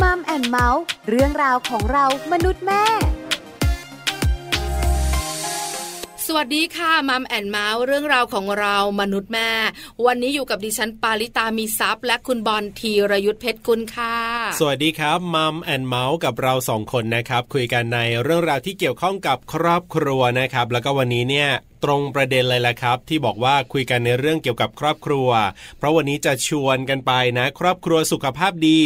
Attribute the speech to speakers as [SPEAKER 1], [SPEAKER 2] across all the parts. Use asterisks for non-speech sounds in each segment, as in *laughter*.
[SPEAKER 1] มัมแอนเมาส์เรื่องราวของเรามนุษย์แม่
[SPEAKER 2] สวัสดีค่ะมัมแอนเมาส์เรื่องราวของเรามนุษย์แม่ วันนี้อยู่กับดิฉันปาริตามีซัพย์และคุณบอลธีรยุทธเพชรกุลค่ะ
[SPEAKER 3] สวัสดีครับมัมแอนเมาส์กับเราสองคนนะครับ คุยกันในเรื่องราวที่เกี่ยวข้องกับครอบครัวนะครับ แล้วก็วันนี้เนี่ยตรงประเด็นเลยละครับ ที่บอกว่าคุยกันในเรื่องเกี่ยวกับครอบครัว เพราะวันนี้จะชวนกันไปนะ ครอบครัวสุขภาพดี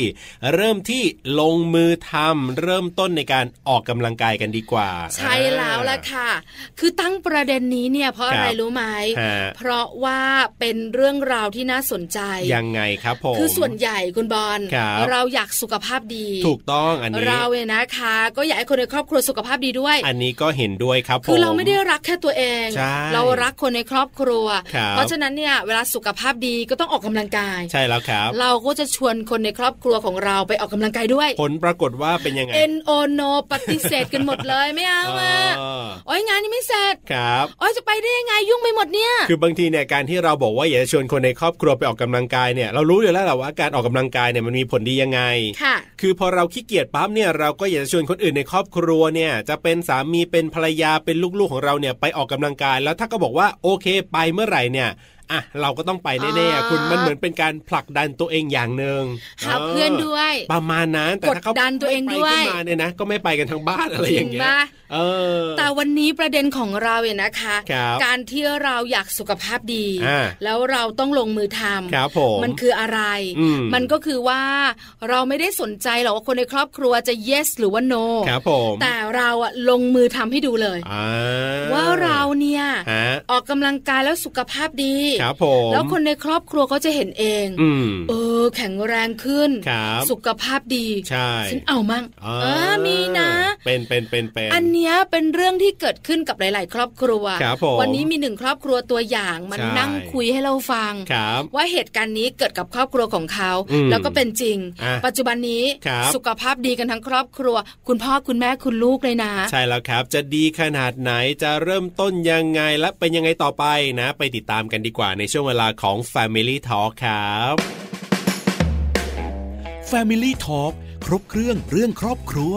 [SPEAKER 3] เริ่มที่ลงมือทำเริ่มต้นในการออกกำลังกายกันดีกว่า
[SPEAKER 2] ใช่แล้วล่ะค่ะ คือตั้งประเด็นนี้เนี่ยเพราะ
[SPEAKER 3] ครับ
[SPEAKER 2] อะไรรู้ไหม
[SPEAKER 3] ฮะ
[SPEAKER 2] เพราะว่าเป็นเรื่องราวที่น่าสนใจ
[SPEAKER 3] ยังไงครับผม
[SPEAKER 2] คือส่วนใหญ่คุณบอล
[SPEAKER 3] ครับ
[SPEAKER 2] เราอยากสุขภาพดี
[SPEAKER 3] ถูกต้องอันนี้
[SPEAKER 2] เราเนี่ยนะคะ ก็อยากให้คนในครอบครัวสุขภาพดีด้วย
[SPEAKER 3] อันนี้ก็เห็นด้วยครับผม
[SPEAKER 2] คือเราไม่ได้รักแค่ตัวเอง
[SPEAKER 3] ใช่
[SPEAKER 2] เรารักคนในครอบครัว
[SPEAKER 3] ครับ
[SPEAKER 2] เพราะฉะนั้นเนี่ยเวลาสุขภาพดีก็ต้องออกกำลังกาย
[SPEAKER 3] ใช่แล้วครับ
[SPEAKER 2] เราก็จะชวนคนในครอบครัวของเราไปออกกำลังกายด้วย
[SPEAKER 3] ผลปรากฏว่าเป็นยังไง
[SPEAKER 2] N O No ปฏิเสธกันหมดเลยไม่เอาอ่ะ
[SPEAKER 3] เออ
[SPEAKER 2] โอ้ยงานนี้ไม่เสร็จ
[SPEAKER 3] ครับ
[SPEAKER 2] โอ้ยจะไปได้ยังไงยุ่งไปหมดเนี่ย
[SPEAKER 3] คือบางทีเนี่ยการที่เราบอกว่าอย่าชวนคนในครอบครัวไปออกกำลังกายเนี่ยเรารู้อยู่แล้วแหละว่าการออกกำลังกายเนี่ยมันมีผลดียังไง
[SPEAKER 2] ค่ะ
[SPEAKER 3] คือพอเราขี้เกียจปั๊บเนี่ยเราก็อยากจะชวนคนอื่นในครอบครัวเนี่ยจะเป็นสามีเป็นภรรยาเป็นลูกๆของเราเนี่ยไปออกกำลังกาย แล้วถ้าก็บอกว่าโอเคไปเมื่อไหร่เนี่ยอ่ะเราก็ต้องไปแน่
[SPEAKER 2] อ่า
[SPEAKER 3] ๆคุณมันเหมือนเป็นการผลักดันตัวเองอย่างหนึ่ง
[SPEAKER 2] หาเพื่อนด้วย
[SPEAKER 3] ประมาณนั้นแต่ถ้าเขา
[SPEAKER 2] กดดันตัวเองด้วย
[SPEAKER 3] ไม่ไปขึ้นมาเนี่ยนะก็ไม่ไปกันทั้งบ้านอะไรอย่างเงี้
[SPEAKER 2] จ
[SPEAKER 3] ย
[SPEAKER 2] ริปะ
[SPEAKER 3] เออ
[SPEAKER 2] แต่วันนี้ประเด็นของเราเนี่ยนะคะ
[SPEAKER 3] ครับ
[SPEAKER 2] การที่เราอยากสุขภาพดี
[SPEAKER 3] อ่า
[SPEAKER 2] แล้วเราต้องลงมือทำ
[SPEAKER 3] ครับผม
[SPEAKER 2] มันคืออะไร
[SPEAKER 3] อืม
[SPEAKER 2] มันก็คือว่าเราไม่ได้สนใจหรอกว่าคนในครอบครัวจะ yes หรือว่า no
[SPEAKER 3] ครับผม
[SPEAKER 2] แต่เราอะลงมือทำให้ดูเลย
[SPEAKER 3] อ่า
[SPEAKER 2] ว่าเราเนี่ย
[SPEAKER 3] ฮะ
[SPEAKER 2] ออกกำลังกายแล้วสุขภาพดี
[SPEAKER 3] ครับผม
[SPEAKER 2] แล้วคนในครอบครัวก็จะเห็นเอง
[SPEAKER 3] อืม
[SPEAKER 2] เออ แข็งแรงขึ้น
[SPEAKER 3] ครับ
[SPEAKER 2] สุขภาพดี
[SPEAKER 3] ใช่
[SPEAKER 2] ฉันเอามั่ง
[SPEAKER 3] อ่า
[SPEAKER 2] เออมีนะ
[SPEAKER 3] เป็นเป็นเป็นเป็น
[SPEAKER 2] อันเนี้ยเป็นเรื่องที่เกิดขึ้นกับหลาย ๆ ครอบครัว
[SPEAKER 3] ครับผม
[SPEAKER 2] วันนี้มีหนึ่งครอบครัวตัวอย่างมา
[SPEAKER 3] ใช่
[SPEAKER 2] นั่งคุยให้เราฟัง
[SPEAKER 3] ครับ
[SPEAKER 2] ว่าเหตุการณ์นี้เกิดกับครอบครัวของเขา
[SPEAKER 3] อืม
[SPEAKER 2] แล้วก็เป็นจริง
[SPEAKER 3] อ่ะ
[SPEAKER 2] ปัจจุบันนี้
[SPEAKER 3] ครับ
[SPEAKER 2] สุขภาพดีกันทั้งครอบครัว คุณพ่อคุณแม่คุณลูกเลยนะ
[SPEAKER 3] ใช่แล้วครับ จะดีขนาดไหนจะเริ่มต้นยังไงและเป็นยังไงต่อไปนะ ไปติดตามกันดีกว่าในช่วงเวลาของ Family Talk ครับ
[SPEAKER 4] Family Talk ครบเครื่องเรื่องครอบครัว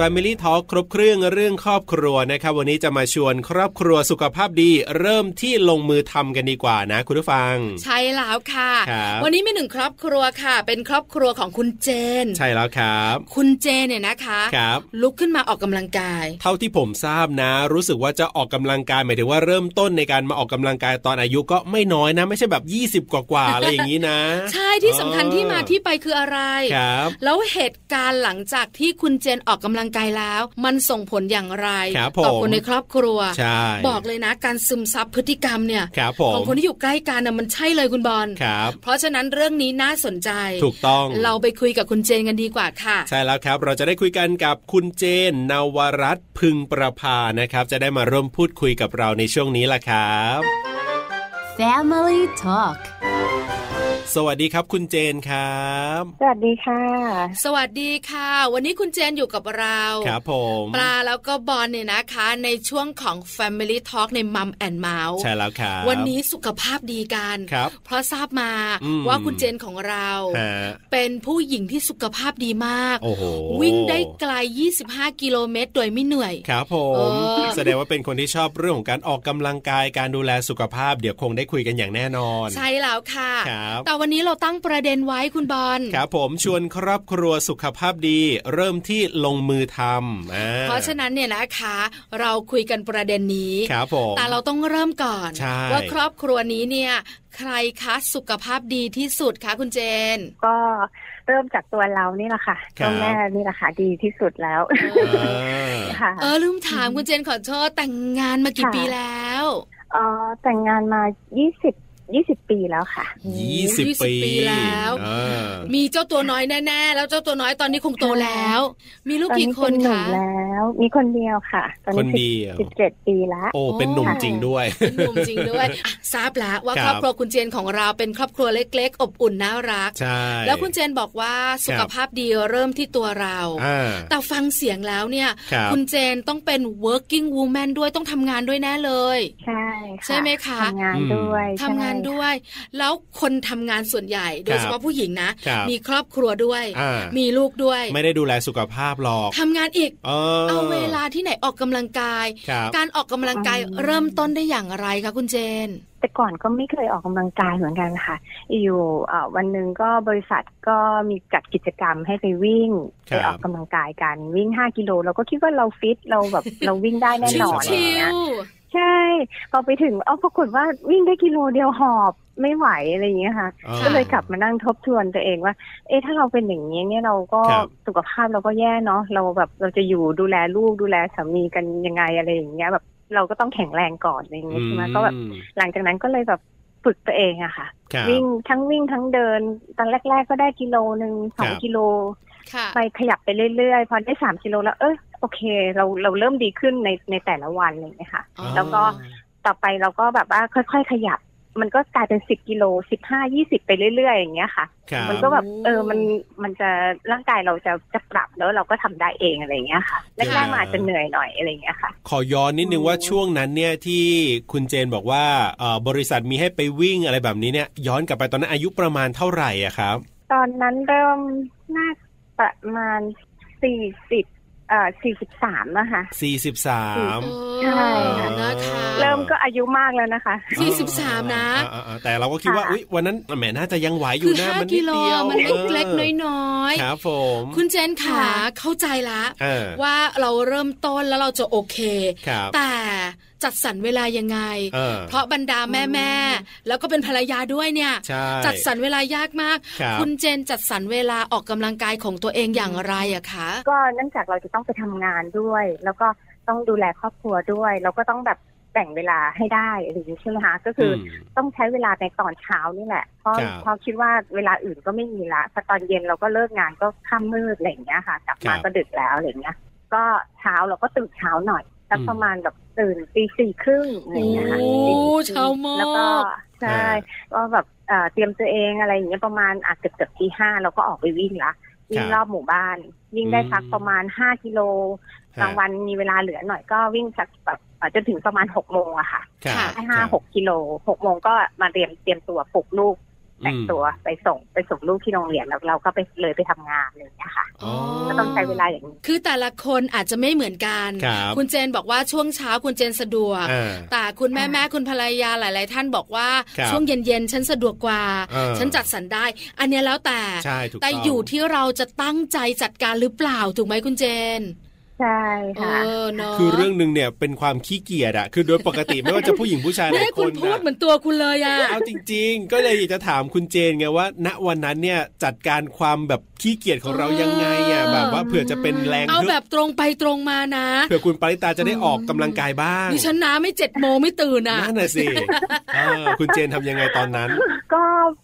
[SPEAKER 3] Family Talk ครบเครื่องเรื่องครอบครัวนะครับ วันนี้จะมาชวนครอบครัวสุขภาพดี เริ่มที่ลงมือทำกันดีกว่านะ คุณผู้ฟัง
[SPEAKER 2] ใช่แล้วค่ะ
[SPEAKER 3] ครับ
[SPEAKER 2] วันนี้มีหนึ่งครอบครัวค่ะ เป็นครอบครัวของคุณเจน
[SPEAKER 3] ใช่แล้วครับ
[SPEAKER 2] คุณเจนเนี่ยนะคะ
[SPEAKER 3] ครับ
[SPEAKER 2] ลุกขึ้นมาออกกำลังกาย
[SPEAKER 3] เท่าที่ผมทราบนะ รู้สึกว่าจะออกกำลังกายหมายถึงว่าเริ่มต้นในการมาออกกำลังกายตอนอายุก็ไม่น้อยนะ ไม่ใช่แบบ 20 กว่ากว่าๆ อะไรอย่างนี้นะ
[SPEAKER 2] ใช่ที่สำคัญที่มาที่ไปคืออะไร
[SPEAKER 3] ครับ
[SPEAKER 2] แล้วเหตุการณ์หลังจากที่คุณเจนออกกำลังกายแล้ว มันส่งผลอย่างไร
[SPEAKER 3] ครับ
[SPEAKER 2] ต่อ
[SPEAKER 3] ผม
[SPEAKER 2] คนในครอบครัว
[SPEAKER 3] ใช่
[SPEAKER 2] บอกเลยนะ การซึมซับพฤติกรรมเนี่ย
[SPEAKER 3] ครับผม
[SPEAKER 2] ของคนที่อยู่ใกล้กันน่ะมันใช่เลยคุณบอล
[SPEAKER 3] ครับ
[SPEAKER 2] เพราะฉะนั้นเรื่องนี้น่าสนใจ
[SPEAKER 3] ถูกต้อง
[SPEAKER 2] เราไปคุยกับคุณเจนกันดีกว่าค่ะ
[SPEAKER 3] ใช่แล้วครับ เราจะได้คุยกันกับคุณเจน นวรัตน์พึงประภานะครับ จะได้มาร่วมพูดคุยกับเราในช่วงนี้ล่ะครับ
[SPEAKER 1] Family Talk
[SPEAKER 3] สวัสดีครับคุณเจนครับ
[SPEAKER 5] สวัสดีค่ะ
[SPEAKER 2] สวัสดีค่ะ วันนี้คุณเจนอยู่กับเรา
[SPEAKER 3] ครับผม
[SPEAKER 2] ปลาแล้วก็บอลเนี่ยนะคะ ในช่วงของ Family Talk ในมัมแอนเมาส์
[SPEAKER 3] ใช่แล้วครับ
[SPEAKER 2] วันนี้สุขภาพดีกัน
[SPEAKER 3] ครับ
[SPEAKER 2] เพราะทราบมา
[SPEAKER 3] อืม
[SPEAKER 2] ว่าคุณเจนของเรา
[SPEAKER 3] ฮะ
[SPEAKER 2] เป็นผู้หญิงที่สุขภาพดีมาก
[SPEAKER 3] โอ้โห
[SPEAKER 2] วิ่งได้ไกล 25 กิโลเมตร โดยไม่เหนื่อย
[SPEAKER 3] ครับผม
[SPEAKER 2] เออ
[SPEAKER 3] แสดงว่าเป็นคนที่ชอบเรื่องของการออกกำลังกายการดูแลสุขภาพ เดี๋ยวคงได้คุยกันอย่างแน่นอน
[SPEAKER 2] ใช่แล้วค่ะ
[SPEAKER 3] ครับ
[SPEAKER 2] แต่วันนี้เราตั้งประเด็นไว้คุณบอล
[SPEAKER 3] ครับผมชวนครอบครัวสุขภาพดี เริ่มที่ลงมือทำอ่
[SPEAKER 2] เพราะฉะนั้นเนี่ยนะคะ เราคุยกันประเด็นนี้
[SPEAKER 3] ครับผม
[SPEAKER 2] แต่เราต้องเริ่มก่อน
[SPEAKER 3] ใช่
[SPEAKER 2] ว่าครอบครัวนี้เนี่ย ใครคะสุขภาพดีที่สุดคะคุณเจน
[SPEAKER 5] ก็เริ่มจากตัวเรานี่แหละค่ะ
[SPEAKER 3] ค
[SPEAKER 5] ตั
[SPEAKER 3] รับ
[SPEAKER 5] วแม่นี่แหละค่ะ ดีที่สุดแล้ว
[SPEAKER 2] เอ
[SPEAKER 3] อ่า
[SPEAKER 5] ค่ะ
[SPEAKER 2] เออลืมถามคุณเจนขอโทษแต่งงานมากี่
[SPEAKER 5] ค่ะ
[SPEAKER 2] ปีแล้ว
[SPEAKER 5] เออแต่งงานมา 20 20 ปีแล้วค่ะ
[SPEAKER 3] ยี่สิบปี
[SPEAKER 2] ปีแล้ว
[SPEAKER 3] เออ
[SPEAKER 2] มีเจ้าตัวน้อยแน่ๆ แล้วเจ้าตัวน้อยตอนนี้คงโตแล้ว มีลูก
[SPEAKER 5] ตอน
[SPEAKER 2] กี่
[SPEAKER 5] นี้
[SPEAKER 2] ค
[SPEAKER 5] เป็นนหนุ่ม
[SPEAKER 2] คะ
[SPEAKER 5] แล้ว มีคนเดียวค่ะ ตอน
[SPEAKER 3] คน
[SPEAKER 5] นี้
[SPEAKER 3] เดียว
[SPEAKER 5] สิบเจ็ดปีแล้ว
[SPEAKER 3] โอ้เป็นหนุ่มจริงด้วย
[SPEAKER 2] เป็นหนุ่มจริง
[SPEAKER 3] *laughs*
[SPEAKER 2] ด้วยอ่ะทราบแล้วว่า
[SPEAKER 3] ค
[SPEAKER 2] ค
[SPEAKER 3] รั
[SPEAKER 2] รอบ บครัวคุณเจนของเราเป็นครอบครัวเล็ก ๆ อบอุ่นน่ารัก
[SPEAKER 3] ใช่
[SPEAKER 2] แล้วคุณเจนบอกว่าสุขภาพดีเริ่มที่ตัวเรา
[SPEAKER 3] อ่า
[SPEAKER 2] แต่ฟังเสียงแล้วเนี่ย
[SPEAKER 3] ครับ
[SPEAKER 2] ณเจนต้องเป็น working woman ด้วยต้องทำงานด้วยแน่เลย
[SPEAKER 5] ใช่ค่ะ
[SPEAKER 2] ใช่ไหมคะ
[SPEAKER 5] ทำงานด้วย
[SPEAKER 2] ทำงาน านด้วย แล้วคนทำงานส่วนใหญ่ โดยเฉพาะผู้หญิงนะ
[SPEAKER 3] ครับ
[SPEAKER 2] มีครอบครัวด้วย
[SPEAKER 3] อ่ามี
[SPEAKER 2] มีลูกด้วย
[SPEAKER 3] ไม่ได้ดูแลสุขภาพหรอก
[SPEAKER 2] ทำงานอีก
[SPEAKER 3] เออ
[SPEAKER 2] เอาเวลาที่ไหนออกกำลังกาย
[SPEAKER 3] ครับ
[SPEAKER 2] การออกกำลังกาย
[SPEAKER 5] อืม
[SPEAKER 2] เริ่มต้นได้อย่างไรคะคุณเจน
[SPEAKER 5] แต่ก่อนก็ไม่เคยออกกำลังกายเหมือนกันค่ะ อยู่เอ่อวันหนึ่งก็บริษัทก็มีจัดกิจกรรมให้ไปวิ่ง
[SPEAKER 3] ครั
[SPEAKER 5] ไป
[SPEAKER 3] บ
[SPEAKER 5] ออกกำลังกายกันวิ่งห้ากิโลเราก็คิดว่าเราฟิตเรา
[SPEAKER 3] *laughs*
[SPEAKER 5] แบบ เราวิ่งได้แน่นอนอะไร
[SPEAKER 2] ชิ
[SPEAKER 5] อย่างเงี้ยว ใช่พอไปถึงเอาปรากฏว่าวิ่งได้กิโลเดียวหอบไม่ไหวอะไรอย่างเงี้ยค่ะ
[SPEAKER 3] ออ
[SPEAKER 5] ก็เลยกลับมานั่งทบทวนตัวเองว่า เอ๊ะถ้าเราเป็นอย่างนี้เนี่ยเราก็
[SPEAKER 3] ครับ
[SPEAKER 5] สุขภาพเราก็แย่เนาะเราแบบเราจะอยู่ดูแลลูกดูแลสามีกันยังไงอะไรอย่างเงี้ยแบบเราก็ต้องแข็งแรงก่อนอะไรอย่างเงี้ยใช่ไหมก็แบบ
[SPEAKER 3] อืม
[SPEAKER 5] หลังจากนั้นก็เลยแบบฝึกตัวเองอะค่ะ
[SPEAKER 3] ครับ
[SPEAKER 5] วิ่งทั้งวิ่งทั้งเดิน ตอนแรก ๆ ก็ได้กิโลหนึ่งสอง
[SPEAKER 3] ครับ
[SPEAKER 5] กิโล
[SPEAKER 2] ค่ะ
[SPEAKER 5] ไปขยับไปเรื่อยๆ พอได้สามกิโลแล้วเออโอเค เราเราเริ่มดีขึ้นในในแต่ละวันอะไรอย่างเลยนะคะ
[SPEAKER 2] อ๋อ
[SPEAKER 5] แล้วก็ต่อไปเราก็แบบว่าค่อย ๆ ขยับ มันก็กลายเป็นสิบกิโลสิบห้ายี่สิบไปเรื่อยๆ อย่างเงี้ยค่ะ
[SPEAKER 3] ครั
[SPEAKER 5] มัน
[SPEAKER 3] บ
[SPEAKER 5] ก็แบบ
[SPEAKER 2] โอ้
[SPEAKER 5] เออมันมันจะร่างกายเราจะจะปรับแล้วเราก็ทำได้เองอะไรอย่างเงี้ยค่ะแรกๆมันอาจจะเหนื่อยหน่อยอะไรอย่างเงี้ยค่ะ
[SPEAKER 3] ขอย้อนนิดนึงว่า
[SPEAKER 5] อืม
[SPEAKER 3] ช่วงนั้นเนี่ยที่คุณเจนบอกว่าเอ่อบริษัทมีให้ไปวิ่งอะไรแบบนี้เนี่ย ย้อนกลับไปตอนนั้นอายุประมาณเท่าไหร่อะครับ
[SPEAKER 5] ตอนนั้นเริ่มน่าประมาณสี่สิบเอ่อสี่สิบสามนะคะ
[SPEAKER 2] เอ
[SPEAKER 3] 43
[SPEAKER 2] อ
[SPEAKER 5] ใช่ค่ะ
[SPEAKER 2] นะคะ
[SPEAKER 3] อ่า
[SPEAKER 5] เริ่มก็อายุมากแล้วนะคะ
[SPEAKER 2] สี่สิบสามนะ
[SPEAKER 3] อ่าอ่าอ่าแต่เราก็คิดว่า
[SPEAKER 5] ค่ะ
[SPEAKER 3] อุ๊ยวันนั้นแหมน่าจะยังไหวอ
[SPEAKER 2] คื
[SPEAKER 3] ยู่
[SPEAKER 2] อ
[SPEAKER 3] นะ
[SPEAKER 2] ห้า
[SPEAKER 3] มันนิ
[SPEAKER 2] กิ
[SPEAKER 3] ด
[SPEAKER 2] โล
[SPEAKER 3] เดียว
[SPEAKER 2] มันเล็ก
[SPEAKER 3] ออ
[SPEAKER 2] ๆน้อย
[SPEAKER 3] ครับผม
[SPEAKER 2] ๆ คุณเจนขา
[SPEAKER 5] ค่ะ
[SPEAKER 2] เข้าใจละ
[SPEAKER 3] อ่า
[SPEAKER 2] ว่าเราเริ่มต้นแล้วเราจะโอเค
[SPEAKER 3] ครับ
[SPEAKER 2] แต่จัดสรรเวลายังไง
[SPEAKER 3] เออ
[SPEAKER 2] เพราะบรรดาแม่แม่ๆแล้วก็เป็นภรรยาด้วยเนี่ย
[SPEAKER 3] ใช่
[SPEAKER 2] จัดสรรเวลายากมาก
[SPEAKER 3] ครับ
[SPEAKER 2] คุณเจนจัดสรรเวลาออกกำลังกายของตัวเองอย่างไรอะคะ
[SPEAKER 5] ก็เนื่องจากเราจะต้องไปทำงานด้วย แล้วก็ต้องดูแลครอบครัวด้วย เราก็ต้องแบบแบ่งเวลาให้ได้อะไรอย่างนี้ใช่ไหมคะก็คืออ
[SPEAKER 3] ม
[SPEAKER 5] ต้องใช้เวลาในตอนเช้านี่แหละเพราะ
[SPEAKER 3] ครับ
[SPEAKER 5] เพราะคิดว่าเวลาอื่นก็ไม่มีละพอตอนเย็นเราก็เลิกงานก็ค่ำมืดอะไรอย่างเงี้ยค่ะกลับมาก็ดึกแล้วอะไรอย่างเงี้ย ก็เช้าเราก็ตื่นเช้าหน่อยสักประมาณแบบตื่นตีสี่ครึ่งอะไรอย่างเงี้ยค่ะ
[SPEAKER 2] โอ้
[SPEAKER 5] ตีสี่ครึ่ง
[SPEAKER 2] เช้ามาก
[SPEAKER 5] แล้วก็ใช่ ก็แบบเอ่อเตรียมตัวเองอะไรอย่างเงี้ยประมาณอาจเกือบเกือบที่ห้าเราก็ออกไปวิ่งละวิ่งรอบหมู่บ้าน วิ่งได้สัก
[SPEAKER 3] อืม
[SPEAKER 5] ประมาณห้ากิโลกลางวันมีเวลาเหลือหน่อยก็วิ่งสักแบบเอ่อจนถึงประมาณหกโมงอะค่ะ
[SPEAKER 3] ครับ
[SPEAKER 2] ค่ะ
[SPEAKER 5] ได้ห้าหกกิโลหกโมงก็มาเตรียมเตรียมตัวปลุกลูกแต่งตัวไปส่งไปส่งลูกที่โรงเรียนแล้วเราก็ไปเลยไปทำงานอะไรอย่างเลยนะคะ
[SPEAKER 3] อ๋อ
[SPEAKER 5] ก็ต้องใช้เวลาอย่างนี้
[SPEAKER 2] คือแต่ละคนอาจจะไม่เหมือนกัน
[SPEAKER 3] ครับ
[SPEAKER 2] คุณเจนบอกว่าช่วงเช้าคุณเจนสะดวก
[SPEAKER 3] อ่า
[SPEAKER 2] แต่คุณแม่แม่คุณภรรยาหลาย ๆ ท่านบอกว่า
[SPEAKER 3] ครับ
[SPEAKER 2] ช่วงเย็น ๆ ฉันสะดวกกว่า
[SPEAKER 3] เออ
[SPEAKER 2] ฉันจัดสรรได้ อันเนี้ยแล้วแต่
[SPEAKER 3] ใช่ถูก
[SPEAKER 2] แต่
[SPEAKER 3] ต้อง
[SPEAKER 2] อยู่ที่เราจะตั้งใจจัดการหรือเปล่าถูกไหมคุณเจน
[SPEAKER 5] ใช่
[SPEAKER 2] เอ
[SPEAKER 5] ค่ะ
[SPEAKER 2] อเนาะ
[SPEAKER 3] คือเรื่องหนึ่งเนี่ยเป็นความขี้เกียจอะคือโดยปกติ ไม่ว่าจะผู้หญิงผู้ชายห
[SPEAKER 2] ไม่
[SPEAKER 3] ลาย
[SPEAKER 2] ให้
[SPEAKER 3] ค
[SPEAKER 2] คุณ
[SPEAKER 3] น
[SPEAKER 2] พูด
[SPEAKER 3] น่ะ
[SPEAKER 2] เหมือนตัวคุณเลยอะ
[SPEAKER 3] เอาจริง ๆ ก็เลยอยากจะถามคุณเจนไงว่า ณวันนั้นเนี่ยจัดการความแบบขี้เกียจของเรายังไงอะแบบว่าเผื่อจะเป็นแรง
[SPEAKER 2] เอา
[SPEAKER 3] ฮึ
[SPEAKER 2] แบบตรงไปตรงมานะ
[SPEAKER 3] เผื่อคุณปริตาจะได้ออกกำลังกายบ้าง
[SPEAKER 2] ดิฉันนะไม่เจ็ดโมงไม่ตื่นอะ
[SPEAKER 3] นั่นน่ะสิเออคุณเจนทำยังไงตอนนั้น
[SPEAKER 5] ก็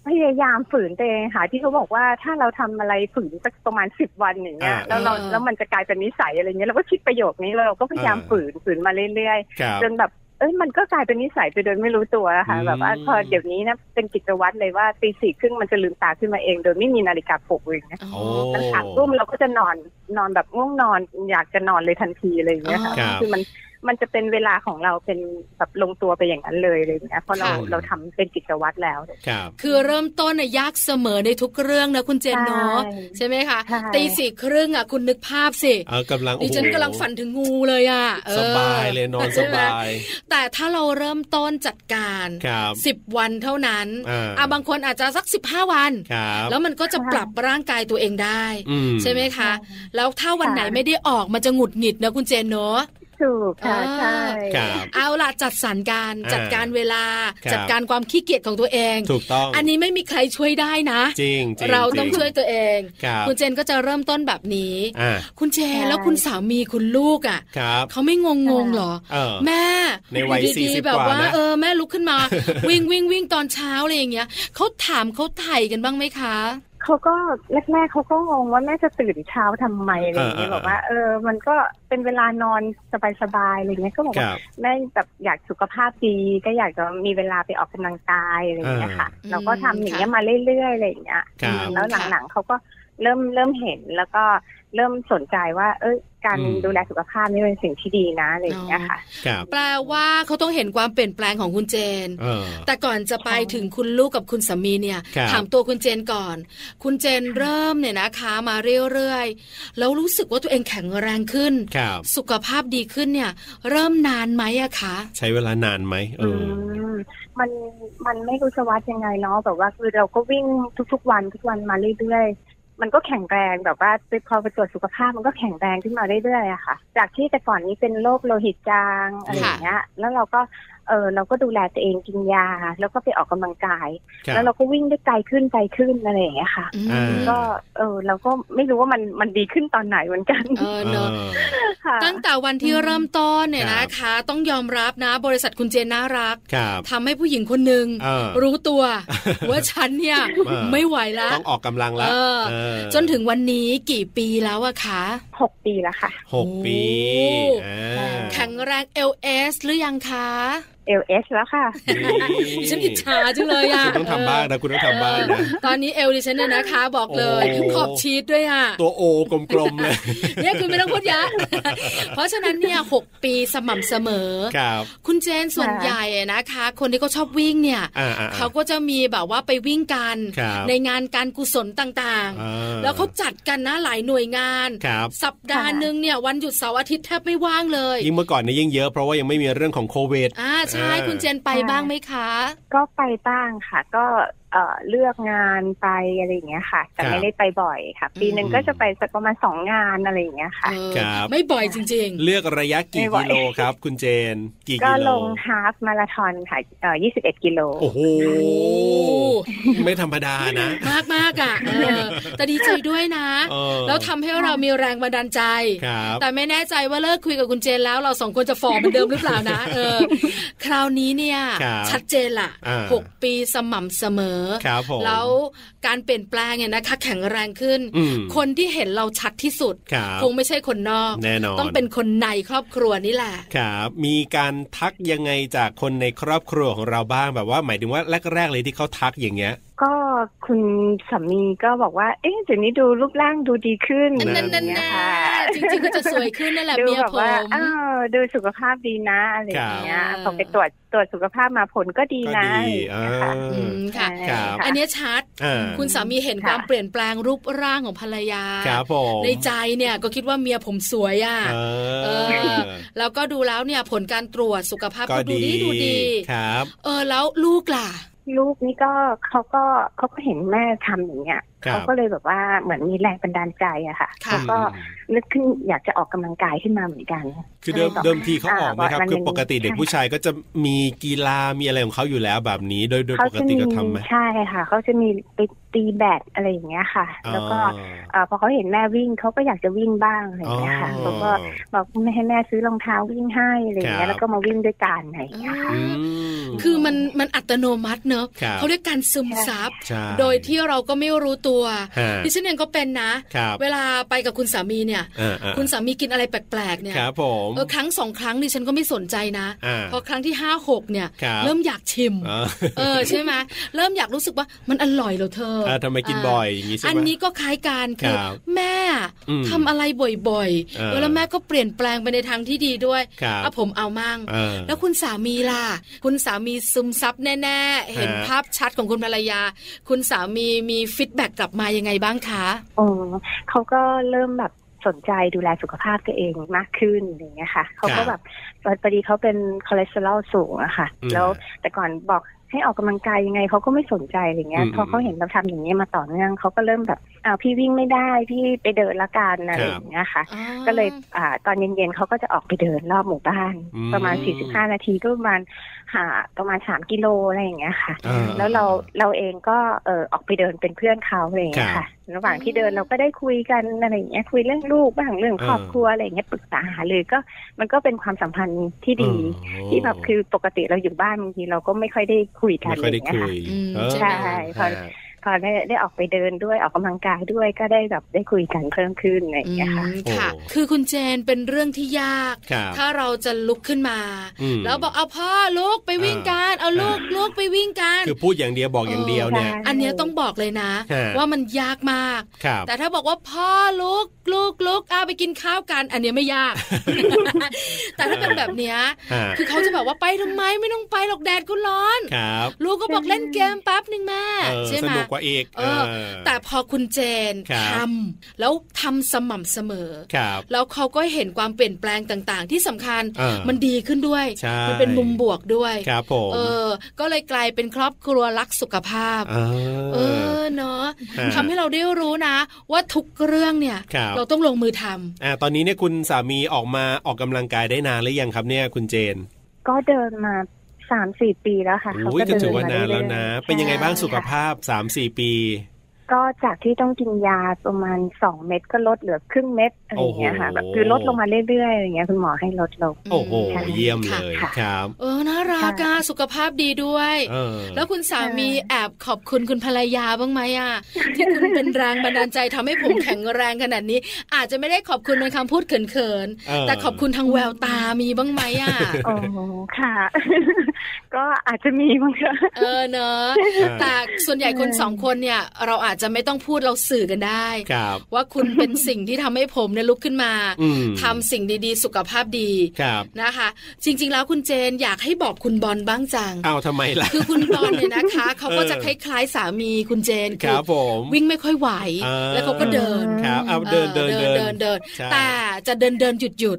[SPEAKER 5] พยายามฝืนตัวเองค่ะ ที่เขาบอกว่าถ้าเราทำอะไรฝืนสักประมาณสิบวันอย่างเงี้ย
[SPEAKER 3] อ่า
[SPEAKER 5] แล้วเรา
[SPEAKER 3] อ่า
[SPEAKER 5] แล้วมันจะกลายเป็นนิสัยอะไรเงี้ยเราก็คิดประโยคนี้แล้วเราก็พยายาม
[SPEAKER 3] อ่า
[SPEAKER 5] ฝืนฝืนมาเรื่อย
[SPEAKER 3] ครับ
[SPEAKER 5] ๆจนแบบเอ้ยมันก็กลายเป็นนิสัยไปโดยไม่รู้ตัวอะค่ะ
[SPEAKER 3] อืม
[SPEAKER 5] แบบว่าพอเดี๋ยวนี้นะเป็นกิจวัตรเลยว่าตีสี่ครึ่งมันจะลืมตาขึ้นมาเอง โดยไม่มีนาฬิกาปลุกเลยนะ
[SPEAKER 2] อ๋อ
[SPEAKER 3] โอ้
[SPEAKER 5] มันอัดรุ่มเราก็จะนอนนอนแบบง่วงนอนอยากจะนอนเลยทันทีอะไรอย่างเงี้ยค่ะ
[SPEAKER 3] ครับ
[SPEAKER 5] คือมันมันจะเป็นเวลาของเราเป็นแบบลงตัวไปอย่างนั้นเลยอะไรอย่างเงี้ยเพราะเรา
[SPEAKER 3] ค่ะ
[SPEAKER 5] เราทำเป็นกิจวัตรแล้ว
[SPEAKER 3] ครับ
[SPEAKER 2] คือเริ่มต้นน่ะยากเสมอในทุกเรื่องนะคุณเจนเนาะ
[SPEAKER 5] ใช่
[SPEAKER 2] ใช่ไหมคะ
[SPEAKER 5] ใช่
[SPEAKER 2] ตีสี่ครึ่งอ่ะคุณนึกภาพสิ
[SPEAKER 3] เออกำลัง
[SPEAKER 2] ดิ
[SPEAKER 3] โอ้โห
[SPEAKER 2] ฉันกำลังฝันถึงงูเลยอ่ะเออ
[SPEAKER 3] สบายเลยนอนส
[SPEAKER 2] ใช่ไหม
[SPEAKER 3] บาย
[SPEAKER 2] แต่ถ้าเราเริ่มต้นจัดการ
[SPEAKER 3] ครับ
[SPEAKER 2] สิบวันเท่านั้น
[SPEAKER 3] อ่า
[SPEAKER 2] บางคนอาจจะสักสิบห้าวัน
[SPEAKER 3] ครับ
[SPEAKER 2] แล้วมันก็จะปรับร่างกายตัวเองได้
[SPEAKER 3] อื
[SPEAKER 2] ใช่ไหมคะ แล้วถ้าวันไหน
[SPEAKER 5] ค่ะ
[SPEAKER 2] ไม่ได้ออกมันจะหงุดหงิดนะคุณเจนเนาะ
[SPEAKER 5] ถูกค่ะ
[SPEAKER 2] อ่า
[SPEAKER 5] ใช่
[SPEAKER 3] ครับ
[SPEAKER 2] เอาล่ะจัดสรรการ
[SPEAKER 3] อ่า
[SPEAKER 2] จัดการเวลา
[SPEAKER 3] ครับ
[SPEAKER 2] จัดการความขี้เกียจของตัวเอง
[SPEAKER 3] ถูกต้อง
[SPEAKER 2] อันนี้ไม่มีใครช่วยได้นะ
[SPEAKER 3] จริงๆจง
[SPEAKER 2] เราต้อง
[SPEAKER 3] ๆ
[SPEAKER 2] ช่วยตัวเอง
[SPEAKER 3] ครับ
[SPEAKER 2] คุณเจนก็จะเริ่มต้นแบบนี้
[SPEAKER 3] อ่า
[SPEAKER 2] คุณเจนแล้วคุณสามีคุณลูกอ่ะ
[SPEAKER 3] ครับ
[SPEAKER 2] เขาไม่งงงงๆหรอ
[SPEAKER 3] เออ
[SPEAKER 2] แม่
[SPEAKER 3] ในวัย
[SPEAKER 2] อยู่ดี
[SPEAKER 3] สี่สิบ
[SPEAKER 2] ๆแบบ
[SPEAKER 3] กว่า
[SPEAKER 2] ว่า
[SPEAKER 3] นะ
[SPEAKER 2] เออแม่ลุกขึ้นมา *laughs* วิ่งวิ่งวิ่งตอนเช้าอะไรอย่างเงี้ยเขาถามเขาไถ่กันบ้างไหมคะ
[SPEAKER 5] เขาก็แรกๆเขาก็งงว่าแม่จะตื่นเช้าทำไมอะไรอย่างเงี้ย
[SPEAKER 3] เอ
[SPEAKER 5] บ
[SPEAKER 3] อเออ
[SPEAKER 5] อกว่าเออมันก็เป็นเวลานอนสบายๆอะไรเงี้ยก็บอก
[SPEAKER 3] ค
[SPEAKER 5] ว่า
[SPEAKER 3] รับ
[SPEAKER 5] แม่แบบอยากสุขภาพดีก็อยากจะมีเวลาไปออกกำลังกายอะไรอย่างเงี้ยค่ะ
[SPEAKER 2] เออ
[SPEAKER 5] เราก็ทำอย่างเงี้ยมาเรื่อยๆอะไรอย่างเงี้ย
[SPEAKER 3] ครับ
[SPEAKER 5] แล้วหลังๆเขาก็เริ่มเริ่มเห็นแล้วก็ เริ่มสนใจว่า เอ้ยการ
[SPEAKER 3] อืม
[SPEAKER 5] ดูแลสุขภาพนี่เป็นสิ่งที่ดีนะอะไรอย่างเงี้ยค่ะ
[SPEAKER 3] ครับ
[SPEAKER 2] แปลว่าเขาต้องเห็นความเปลี่ยนแปลงของคุณเจน
[SPEAKER 3] เออ
[SPEAKER 2] แต่ก่อนจะไปถึงคุณลูกกับคุณสามีเนี่ย
[SPEAKER 3] ครับ
[SPEAKER 2] ถามตัวคุณเจนก่อน คุณเจนเริ่มเนี่ยนะคะมาเรื่อยๆแล้วรู้สึกว่าตัวเองแข็งแรงขึ้น
[SPEAKER 3] ครับ
[SPEAKER 2] สุขภาพดีขึ้นเนี่ย เริ่มนานไหมอะคะ
[SPEAKER 3] ใช้เวลานานไหมเอออ
[SPEAKER 5] มมันมันไม่รู้จะวัดยังไงเนาะแบบว่าคือเราก็วิ่งทุกๆวันทุกวันมาเรื่อยๆ มันก็แข็งแรงแบบว่าไปพอไปตรวจสุขภาพมันก็แข็งแรงขึ้นมาเรื่อยๆอะค่ะ จากที่แต่ก่อนนี้เป็นโรคโลหิตจางอะไรอย่างเงี้ย แล้วเราก็เออเราก็ดูแลตัวเองกินยา แล้วก็ไปออกกำลังกาย
[SPEAKER 3] ครับ
[SPEAKER 5] แล้วเราก็วิ่งได้ไกลขึ้นไกลขึ้นอะไรอย่างเงี้ยค่ะ
[SPEAKER 2] อืม
[SPEAKER 3] อ่า
[SPEAKER 5] ก็เออเราก็ไม่รู้ว่ามันมันดีขึ้นตอนไหนเหมือนกัน
[SPEAKER 2] เออเนอะ
[SPEAKER 3] เออ
[SPEAKER 5] ค่ะ
[SPEAKER 2] ตั้งแต่วันที่
[SPEAKER 5] อืม
[SPEAKER 2] เริ่มต้นเนี่ย
[SPEAKER 3] ครับ
[SPEAKER 2] นะคะ ต้องยอมรับนะ บริษัทคุณเจนน่ารัก
[SPEAKER 3] ครับ
[SPEAKER 2] ทำให้ผู้หญิงคนหนึ่ง
[SPEAKER 3] เออ
[SPEAKER 2] รู้ตัว
[SPEAKER 3] *laughs*
[SPEAKER 2] ว่าฉันเนี่ย
[SPEAKER 3] เออ
[SPEAKER 2] ไม่ไหวแล้ว
[SPEAKER 3] ต้องออกกำลังละ
[SPEAKER 2] เออ
[SPEAKER 3] เออ
[SPEAKER 2] จนถึงวันนี้กี่ปีแล้วอะคะ
[SPEAKER 5] หกปีแล้วค่ะ
[SPEAKER 3] หกปี
[SPEAKER 2] โอ้
[SPEAKER 3] อ่า
[SPEAKER 2] แข็งแรง LS หรือยังคะ
[SPEAKER 5] LS แล้วค่ะ
[SPEAKER 2] ดิฉันอิจฉาจังเลยอะ
[SPEAKER 3] คุณต้องทำบ้างนะ คุณต้องทำบ้างนะ
[SPEAKER 2] เออตอนนี้เอลดิฉันเนี่ยนะคะ บอกเลย
[SPEAKER 3] โอ้
[SPEAKER 2] ขอบชีสด้วยอะ
[SPEAKER 3] ตัวโอกลมๆเลย
[SPEAKER 2] เนี่ยคุณไม่ต้องพูดเย
[SPEAKER 3] *laughs*
[SPEAKER 2] อะ เพราะฉะนั้นเนี่ยหกปีสม่ำเสมอ
[SPEAKER 3] ครับ
[SPEAKER 2] คุณเจนส่วน
[SPEAKER 5] ค่ะ
[SPEAKER 2] ใหญ่อะนะคะ คนที่ก็ชอบวิ่งเนี่ย
[SPEAKER 3] อ่าอ่า
[SPEAKER 2] เขาก็จะมีแบบว่าไปวิ่งกัน
[SPEAKER 3] ครับ
[SPEAKER 2] ในงานการกุศลต่าง
[SPEAKER 3] อ่า
[SPEAKER 2] ๆ แล้วเขาจัดกันนะหลายหน่วยงาน
[SPEAKER 3] ครับ
[SPEAKER 2] สัปดาห์หนึ่งเนี่ยวันหยุดเสาร์อาทิตย์แทบไม่ว่างเลย
[SPEAKER 3] ยิ่งเมื่อก่อนเนี่ยยิ่งเยอะเพราะว่ายังไม่มีเรื่องของโควิด
[SPEAKER 2] อ่าใช่
[SPEAKER 3] อ่า
[SPEAKER 2] คุณเจนไปบ้างไหมคะ
[SPEAKER 5] ก็ไปบ้างค่ะ ก็เอ่อเลือกงานไปอะไรอย่างเงี้ยค่ะ แต่
[SPEAKER 3] ครับ
[SPEAKER 5] ไม่ได้ไปบ่อยค่ะ ปีหนึ่งก็จะไปสักประมาณสองงานอะไรอย่างเงี้ยค่ะ
[SPEAKER 2] เออ
[SPEAKER 3] ครับ
[SPEAKER 2] ไม่บ่อยจริง
[SPEAKER 3] เลือกระยะกี่
[SPEAKER 5] ไม่ไหว
[SPEAKER 3] กิโลครับ คุณเจน กี่
[SPEAKER 5] ก็
[SPEAKER 3] กิโล
[SPEAKER 5] ลงฮาล์ฟมาราธอนค่ะเอ่อ21 กิโล
[SPEAKER 3] โอ้โหไม่ธรรมดานะ
[SPEAKER 2] ๆ มากมากๆอ่ะเออแต่ดีใจด้วยนะ
[SPEAKER 3] เออ
[SPEAKER 2] แล้วทำให้เรามีแรงบันดาลใจ
[SPEAKER 3] ครับ
[SPEAKER 2] แต่ไม่แน่ใจว่าเลิกคุยกับคุณเจนแล้วเราสองคนจะฟอร์มเหมือนเดิมหรือเปล่านะเออ คราวนี้เนี่ย
[SPEAKER 3] ครับ
[SPEAKER 2] ชัดเจนละ
[SPEAKER 3] อ่า
[SPEAKER 2] หกปีสม่ำเสมอ
[SPEAKER 3] ครับผม
[SPEAKER 2] แล้วการเปลี่ยนแปลงเนี่ยนะคะ แข็งแรงขึ้น
[SPEAKER 3] อืม
[SPEAKER 2] คนที่เห็นเราชัดที่สุด
[SPEAKER 3] ครับ
[SPEAKER 2] คงไม่ใช่คนนอก
[SPEAKER 3] แน่นอน
[SPEAKER 2] ต้องเป็นคนในครอบครัวนี่แหละ
[SPEAKER 3] ครับมีการทักยังไงจากคนในครอบครัวของเราบ้างแบบว่า หมายถึงว่าแรก ๆ เลยที่เขาทักอย่างเงี้ย
[SPEAKER 5] ก็คุณสามีก็บอกว่า เอ๊ะเดี๋ยวนี้ดูรูปร่างดูดีขึ้น
[SPEAKER 3] นั่น
[SPEAKER 5] อะไร
[SPEAKER 2] นั่น
[SPEAKER 5] อ
[SPEAKER 2] นั่
[SPEAKER 5] ย่าน งเงี้ย
[SPEAKER 2] น่
[SPEAKER 5] ค่ะ
[SPEAKER 2] จริงๆก็จะสวยขึ้นนั่นแหละ
[SPEAKER 5] ดู
[SPEAKER 2] เมีย
[SPEAKER 5] แบบ
[SPEAKER 2] ผ
[SPEAKER 5] ว่าม อ้าวดูสุขภาพดีนะอะไรอย่างเงี้ย
[SPEAKER 2] ครับ
[SPEAKER 5] พอไปตรวจตรวจสุขภาพมาผลก็ดี
[SPEAKER 3] ก็
[SPEAKER 5] นะ
[SPEAKER 3] ดีเอ
[SPEAKER 5] อะไรอย่างเงี้ยค่ะ
[SPEAKER 2] อื
[SPEAKER 3] อ
[SPEAKER 2] มค่ะ
[SPEAKER 5] ใช่
[SPEAKER 3] ครับ
[SPEAKER 5] ค่ะ
[SPEAKER 2] อันเนี้ยชัด
[SPEAKER 3] อ่า
[SPEAKER 2] คุณสามีเห็น
[SPEAKER 5] ค่ะ
[SPEAKER 2] ความเปลี่ยนแปลงรูปร่างของภรรยา
[SPEAKER 3] ครับผม
[SPEAKER 2] ในใจเนี่ยก็คิดว่าเมียผมสวยอ่ะ
[SPEAKER 3] เออ
[SPEAKER 2] เออ แล้วก็ดูแล้วเนี่ยผลการตรวจสุขภาพ
[SPEAKER 3] ก็
[SPEAKER 2] ก็ดู
[SPEAKER 3] ดี
[SPEAKER 2] ดีดูดี
[SPEAKER 3] ครับ
[SPEAKER 2] เออแล้วลูกล่ะ
[SPEAKER 5] ลูกนี่ก็เขาก็เขาก็เห็นแม่ทำอย่างเงี้ย
[SPEAKER 3] ครับ
[SPEAKER 5] เขาก็เลยแบบว่าเหมือนมีแรงบันดาลใจอะค่ะ
[SPEAKER 2] ค่ะ
[SPEAKER 5] เขาก็นึกขึ้นอยากจะออกกำลังกายขึ้นมาเหมือนกัน
[SPEAKER 3] คือเดิม
[SPEAKER 5] ไม่บอก
[SPEAKER 3] เดิมทีเขาออกไหม
[SPEAKER 5] อ่า
[SPEAKER 3] ครับ
[SPEAKER 5] ว่ามัน
[SPEAKER 3] คือ
[SPEAKER 5] เป็น
[SPEAKER 3] ปกติเด็ก
[SPEAKER 5] ใช่
[SPEAKER 3] ผู้ชายก็จะมีกีฬามีอะไรของเขาอยู่แล้วแบบนี้ โดยโดย
[SPEAKER 5] เขา
[SPEAKER 3] ปก
[SPEAKER 5] จะ
[SPEAKER 3] ติ
[SPEAKER 5] มี
[SPEAKER 3] ก็ทำไหม
[SPEAKER 5] ใช่ค่ะเขาจะมีไปตีแบดอะไรอย่างเงี้ยค่ะ แล้วก็
[SPEAKER 3] อ๋อ
[SPEAKER 5] เอ่อพอเขาเห็นแม่วิ่งเขาก็อยากจะวิ่งบ้างอะไรอย่างเงี้ยค่ะ
[SPEAKER 3] อ๋อ
[SPEAKER 5] เขาก็บอกแม่ให้แม่ซื้อรองเท้าวิ่งให้อะไรอย่างเงี้
[SPEAKER 3] ครั
[SPEAKER 5] ย
[SPEAKER 3] บ
[SPEAKER 5] แล้วก็มาวิ่งด้วยกันอะไรอย่างเงี้ยค่ะ
[SPEAKER 3] อืม
[SPEAKER 2] คือมันมันอัตโนมัติเนอะ
[SPEAKER 3] ครับ
[SPEAKER 2] เขาเรียกการซึมซับ
[SPEAKER 3] ใช่
[SPEAKER 2] โดยที่เราก็ไม่รู้ตัว
[SPEAKER 3] ฮะ
[SPEAKER 2] ดิฉันเองก็เป็นนะ
[SPEAKER 3] ครับ
[SPEAKER 2] เวลาไปกับคุณสามีเนี่ย
[SPEAKER 3] อ่าอ่า
[SPEAKER 2] คุณสามีกินอะไรแปลกๆเนี่ย
[SPEAKER 3] ครับผม
[SPEAKER 2] เออครั้งสองครั้งดิฉันก็ไม่สนใจนะ
[SPEAKER 3] อ่า
[SPEAKER 2] พอครั้งที่ห้าหกเนี่ย
[SPEAKER 3] ครับ
[SPEAKER 2] เริ่มอยากชิม
[SPEAKER 3] อ๋อ
[SPEAKER 2] เออใช่ไหมเริ่มอยากรู้สึกว่ามันอร่อยเหรอเธอ
[SPEAKER 3] อ่าทำไมกินบ่อยอย่างนี้ใช่ไหม
[SPEAKER 2] อันนี้ก็คล้ายกันคือ
[SPEAKER 3] ครับ
[SPEAKER 2] แม่
[SPEAKER 3] อืม
[SPEAKER 2] ทำอะไรบ่อยๆ
[SPEAKER 3] เออ
[SPEAKER 2] เออแล้วแม่ก็เปลี่ยนแปลงไปในทางที่ดีด้วย
[SPEAKER 3] ครับ
[SPEAKER 2] อ่ะผมเอามั่ง
[SPEAKER 3] เออ
[SPEAKER 2] แล้วคุณสามีล่ะ คุณสามีซึมซับแน่ๆ เห็น
[SPEAKER 3] ฮะ
[SPEAKER 2] ภาพชัดของคุณภรรยา คุณสามีมีฟีดแบ็กกลับมายังไงบ้างคะ
[SPEAKER 5] โอ้เขาก็เริ่มแบบสนใจดูแลสุขภาพตัวเองมากขึ้นอย่างเงี้ยค่ะเขาก็แบบพอดีเขาเป็นคอเลสเตอรอลสูงอะค่ะ
[SPEAKER 3] อืม
[SPEAKER 5] แล้วแต่ก่อนบอกให้ออกกำลังกายยังไงเขาก็ไม่สนใจอะไรเงี้ย
[SPEAKER 3] อืม
[SPEAKER 5] พอเขาเห็นเราทำอย่างเงี้ยมาต่อเนื่องเขาก็เริ่มแบบอ้าวพี่วิ่งไม่ได้พี่ไปเดินละกันนะอะไร
[SPEAKER 3] ครับ
[SPEAKER 5] อย่างเงี้ยค่ะ ก็เลยอ่าตอนเย็นๆเขาก็จะออกไปเดินรอบหมู่บ้าน
[SPEAKER 3] อืม
[SPEAKER 5] ประมาณ 45 นาทีก็ประมาณหาประมาณ 3 กิโลอะไรอย่างเงี้ยค่ะ
[SPEAKER 3] อ่า
[SPEAKER 5] แล้วเราเราเองก็เออออกไปเดินเป็นเพื่อนเขาอะไรอย่างเงี้ย
[SPEAKER 3] ครับ
[SPEAKER 5] ค่ะ ระหว่างที่เดินเราก็ได้คุยกันอะไรอย่างเงี้ยคุยเรื่องลูกบ้างเรื่องครอบ
[SPEAKER 3] เออ
[SPEAKER 5] ครัวอะไรอย่างเงี้ยปรึกษาหารือก็มันก็เป็นความสัมพันธ์ที่ดี ที่แบบคือปกติเราอยู่บ้านบางทีเราก็ไม่ค่อยได้คุยกัน
[SPEAKER 3] ไม่
[SPEAKER 5] อะ
[SPEAKER 3] ค่
[SPEAKER 5] ไรอย่าง
[SPEAKER 3] อยได้
[SPEAKER 5] เงี้ยค่ะ
[SPEAKER 3] คุย
[SPEAKER 2] อืม
[SPEAKER 3] เออ
[SPEAKER 2] ใช่
[SPEAKER 5] พอ
[SPEAKER 3] ฮะ
[SPEAKER 5] พอได้ได้ออกไปเดินด้วยออกกำลังกายด้วยก็ได้แบบได้คุยกันเพิ่มขึ้นอะไรอย่างเงี้ยค่ะ
[SPEAKER 2] อืมค่ะ
[SPEAKER 3] โอ้
[SPEAKER 2] คือคุณเจนเป็นเรื่องที่ยาก
[SPEAKER 3] ครับ
[SPEAKER 2] ถ้าเราจะลุกขึ้นมา
[SPEAKER 3] อืม
[SPEAKER 2] แล้วบอกเอาพ่อลูกไปวิ่งกันเอาลูกลูกไปวิ่งกัน
[SPEAKER 3] คือพูดอย่างเดียวบอกอย่างเดียวเนี่ย
[SPEAKER 5] ใช่
[SPEAKER 2] อันเนี้ยต้องบอกเลยนะ
[SPEAKER 3] ฮะ
[SPEAKER 2] ว่ามันยากมาก
[SPEAKER 3] ครับ
[SPEAKER 2] แต่ถ้าบอกว่าพ่อลูกลูกลูกอ้าไปกินข้าวกัน อันเนี้ยไม่ยาก
[SPEAKER 3] *laughs*
[SPEAKER 2] แต่ถ้าเป็นแบบเนี้ย
[SPEAKER 3] ฮะ
[SPEAKER 2] คือเขาจะแบบว่าไปทำไมไม่ต้องไปหรอกแดดก็ร้อน
[SPEAKER 3] ครับ
[SPEAKER 2] ลูกก็บอกเล่นเกมแป๊บหนึ่งแม่
[SPEAKER 3] เออ
[SPEAKER 2] ใช่
[SPEAKER 3] ส
[SPEAKER 2] ไหม
[SPEAKER 3] นุกกว่าอีก
[SPEAKER 2] เออ
[SPEAKER 3] เออ
[SPEAKER 2] แต่พอคุณเจน
[SPEAKER 3] ครั
[SPEAKER 2] ท
[SPEAKER 3] บ
[SPEAKER 2] ำแล้วทำสม่ำเสมอ
[SPEAKER 3] ครับ
[SPEAKER 2] แล้วเขาก็เห็นความเปลี่ยนแปลงต่างๆ ที่สำคัญ
[SPEAKER 3] เออ
[SPEAKER 2] มันดีขึ้นด้วย
[SPEAKER 3] ใช่
[SPEAKER 2] มัเป็นมุมบวกด้วย
[SPEAKER 3] ครับผม
[SPEAKER 2] เออ ก็เลยกลายเป็นครอบครัวรักสุขภาพ
[SPEAKER 3] เอ
[SPEAKER 2] เออ
[SPEAKER 3] อ
[SPEAKER 2] เนาะ
[SPEAKER 3] ฮะ
[SPEAKER 2] ทำให้เราได้รู้นะ ว่าทุกเรื่องเนี่ย
[SPEAKER 3] ครับ
[SPEAKER 2] เราต้องลงมือทำ
[SPEAKER 3] อ่าตอนนี้เนี่ยคุณสามีออกมาออกกำลังกายได้นานหรือยังครับเนี่ยคุณเจน
[SPEAKER 5] ก็เดินมาสามสี่ปีแล้วค่ะเขา
[SPEAKER 3] โอ้ย
[SPEAKER 5] ก็
[SPEAKER 3] ก็
[SPEAKER 5] เดิ
[SPEAKER 3] ถือน ว่า
[SPEAKER 5] มาเรื่อยๆ
[SPEAKER 3] นานแล้วนะ เป็นยังไงบ้าง
[SPEAKER 2] ใช่
[SPEAKER 3] สุขภาพสามสี่ปี
[SPEAKER 5] ก็จากที่ต้องกินยาประมาณสองเม็ดก็ลดเหลือครึ่งเม็ดอะไรอย่างเงี้ยค่ะ
[SPEAKER 3] โอ้
[SPEAKER 5] แบบ
[SPEAKER 3] โห
[SPEAKER 5] คือลดลงมาเรื่อยๆอะไรอย่างเงี้ยคุณหมอให้ลดลง
[SPEAKER 3] โอ้โหเยี่ยมเลย
[SPEAKER 5] ค่ะ
[SPEAKER 3] ครับ
[SPEAKER 2] เออน่ารักอะสุขภาพดีด้วย
[SPEAKER 3] เออ
[SPEAKER 2] แล้วคุณสามีแอบขอบคุณคุณภรรยาบ้างไหมอะ *laughs* ที่คุณเป็นแรงบันดาลใจทำให้ผมแข็งแรงขนาดนี้ อาจจะไม่ได้ขอบคุณเป็นคำพูดเขิน
[SPEAKER 3] เออ
[SPEAKER 2] ๆแต่ขอบคุณทางแววตามีบ้างไหม
[SPEAKER 3] *laughs*
[SPEAKER 2] อะ
[SPEAKER 5] โอ้ค่ะ *laughs* ก็อาจจะมีมั้งคะ
[SPEAKER 2] เออเนอะ
[SPEAKER 3] อ่า
[SPEAKER 2] แต่ส่วนใหญ่คนสองคนเนี่ย เราอาจจะไม่ต้องพูดเราสื่อกันได้
[SPEAKER 3] ครับ
[SPEAKER 2] ว่าคุณเป็นสิ่งที่ทำให้ผมเนี่ยลุกขึ้นมา
[SPEAKER 3] อืม
[SPEAKER 2] ทำสิ่งดีๆ สุขภาพดี
[SPEAKER 3] ครับ
[SPEAKER 2] นะคะ จริง ๆ แล้วคุณเจนอยากให้บอกคุณบอลบ้างจัง
[SPEAKER 3] เอาทำไมล่ะ
[SPEAKER 2] คือคุณบอลเนี่ยนะคะ เขาก็
[SPEAKER 3] เออ
[SPEAKER 2] จะคล้ายๆสามีคุณเจน
[SPEAKER 3] ค
[SPEAKER 2] คือ
[SPEAKER 3] รับผม
[SPEAKER 2] วิ่งไม่ค่อยไหว
[SPEAKER 3] เออ
[SPEAKER 2] แล้วเขาก็เดิน
[SPEAKER 3] ครับเอาเดินเดิน
[SPEAKER 2] ออ
[SPEAKER 3] เดิน
[SPEAKER 2] เดินเดิน
[SPEAKER 3] ใช่
[SPEAKER 2] แต่จะเดินเดินหยุดหยุด